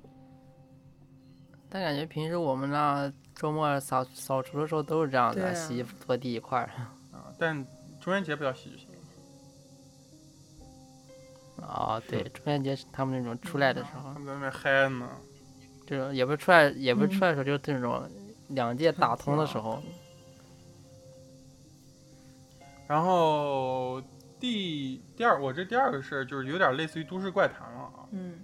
B: 但感觉平时我们那周末扫扫除的时候都是这样的，
D: 对啊
B: 洗衣服、拖地一块儿。
A: 啊，但中元节比较喜剧性，
B: 哦，对，中元节是他们那种出来的时候
A: 他，们在那边嗨呢。
B: 这种也不是出来，也不是出来的时候，就是这种两界打通的时候。
A: 然后第第二，我这第二个事儿就是有点类似于都市怪谈了啊，
D: 嗯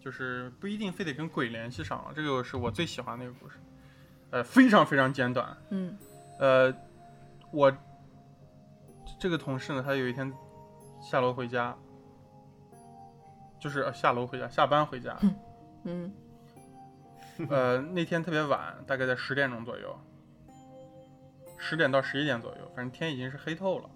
A: 就是不一定非得跟鬼联系上了。这个是我最喜欢的一个故事，呃，非常非常简短。
D: 嗯
A: 呃，我这个同事呢，他有一天下楼回家，就是、呃下楼回家，下班回家。
D: 嗯
A: 呃，那天特别晚，大概在十点钟左右，十点到十一点左右，反正天已经是黑透了。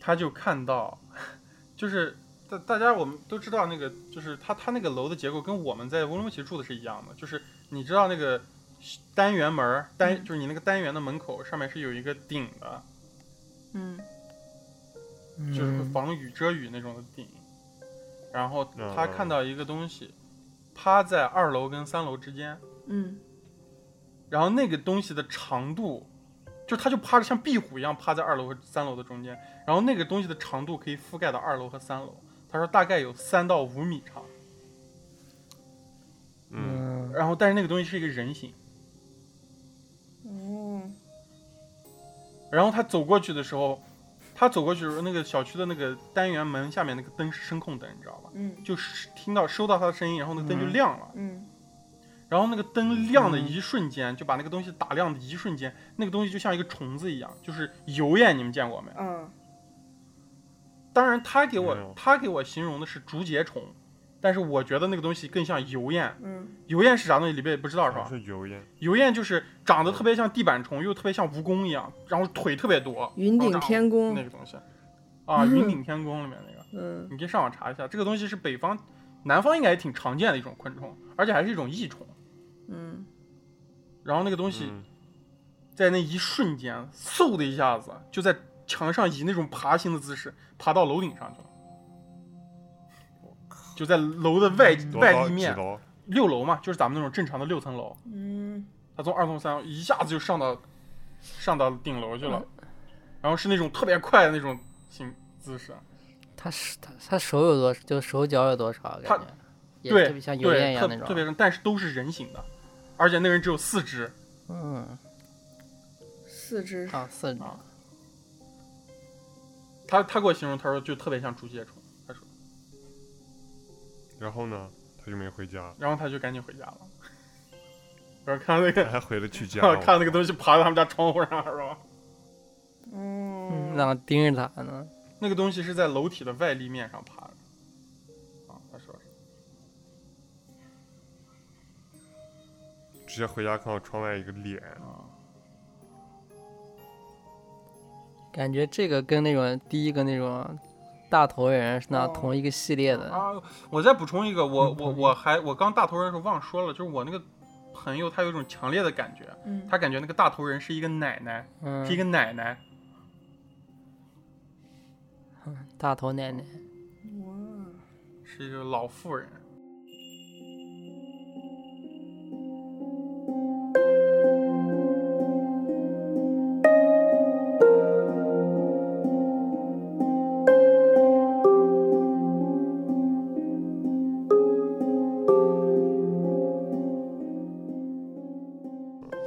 A: 他就看到， 就是大大家我们都知道那个，就是他他那个楼的结构跟我们在乌鲁木齐住的是一样的，就是你知道那个单元门儿单、
D: 嗯
A: 就是你那个单元的门口上面是有一个顶的，
D: 嗯
A: 就是会
B: 嗯
A: 防雨遮雨那种的顶。然后
C: 嗯
A: 他看到一个东西趴在二楼跟三楼之间，
D: 嗯
A: 然后那个东西的长度，就它就趴着像壁虎一样趴在二楼和三楼的中间，然后那个东西的长度可以覆盖到二楼和三楼。他说大概有三到五米长，
C: 嗯，
A: 然后但是那个东西是一个人形，
D: 哦，
A: 然后他走过去的时候，他走过去的时候，那个小区的那个单元门下面那个灯是声控灯，你知道吧？
D: 嗯
A: 就是听到收到他的声音，然后那个灯就
B: 嗯
A: 亮了，
D: 嗯
A: 然后那个灯亮的一瞬间，就把那个东西打亮的一瞬间，那个东西就像一个虫子一样，就是油烟，你们见过没？
D: 啊
A: 当然，他给
C: 没
A: 我
C: 有
A: 他给我形容的是竹节虫，但是我觉得那个东西更像油燕。
D: 嗯
A: 油燕是啥东西？里边也不知道是
C: 好
A: 吧？
C: 像是油烟，
A: 油燕就是长得特别像地板虫，又特别像蜈蚣一样，然后腿特别多，
D: 云顶
A: 然后长
D: 天宫
A: 那个东西啊，云顶天宫里面那个，
D: 嗯
A: 你可以上网查一下。这个东西是北方、南方应该也挺常见的一种昆虫，而且还是一种益虫。
D: 嗯
A: 然后那个东西
C: 嗯，
A: 在那一瞬间，嗖的一下子就在墙上以那种爬行的姿势爬到楼顶上去了，就在楼的外
C: 嗯多
A: 外
C: 高
A: 立
C: 几
A: 面
C: 楼
A: 六楼嘛，就是咱们那种正常的六层楼，
D: 嗯
A: 他从二层三楼一下子就上到上到顶楼去了，
B: 嗯
A: 然后是那种特别快的那种行姿势，
B: 他手他他手有多，就手脚有多少？感
A: 他
B: 觉也
A: 对
B: 特别像油烟
A: 对，
B: 一
A: 特
B: 样那种。
A: 特别是，但是都是人形的，而且那个人只有四肢，
B: 嗯，
D: 四只
B: 啊，四种
A: 啊他他给我形容，他说就特别像竹节虫，他说，
C: 然后呢，他就没回家，
A: 然后他就赶紧回家了， 然后看到那个。，
C: 还回了去家
A: 看那个东西爬到他们家窗户上是吧？
B: 嗯，
D: 哦
B: 让盯着他呢。
A: 那个东西是在楼体的外立面上爬的，啊，他说是，
C: 直接回家看到窗外一个脸，
B: 感觉这个跟那种第一个那种大头人是那
A: 哦
B: 同一个系列的。
A: 啊！我再补充一个，我
B: 嗯
A: 我我还我刚大头人的时候忘说了，就是我那个朋友他有一种强烈的感觉，
D: 嗯，
A: 他感觉那个大头人是一个奶奶，
B: 嗯
A: 是，一个奶奶，
B: 大头奶奶。
D: 哇，
A: 是一个老妇人。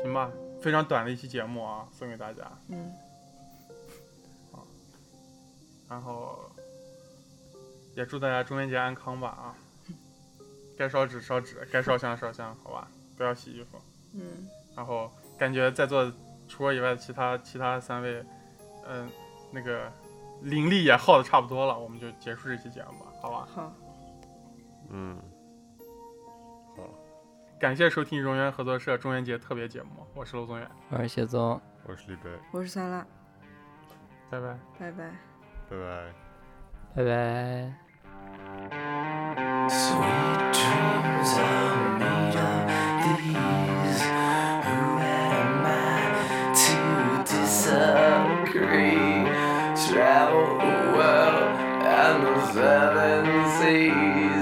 A: 行吧，非常短的一期节目啊，送给大家。
D: 嗯，
A: 然后也祝大家中元节安康吧啊！该烧纸烧纸，该烧香烧香，好吧，不要洗衣服。
D: 嗯，
A: 然后感觉在座除我以外，其他其他三位，嗯、那个灵力也耗的差不多了，我们就结束这期节目吧，好吧？
D: 好，
C: 嗯，好，
A: 感谢收听荣源合作社中元节特别节目，我是娄宗远，
B: 我是雪宗，
C: 我是李贝，
D: 我是三辣，
A: 拜拜。
D: 拜拜。
C: 拜拜。
B: 拜拜。
E: Sweet dreams are made of these. Who am I to disagree? Travel the world and the seven seas.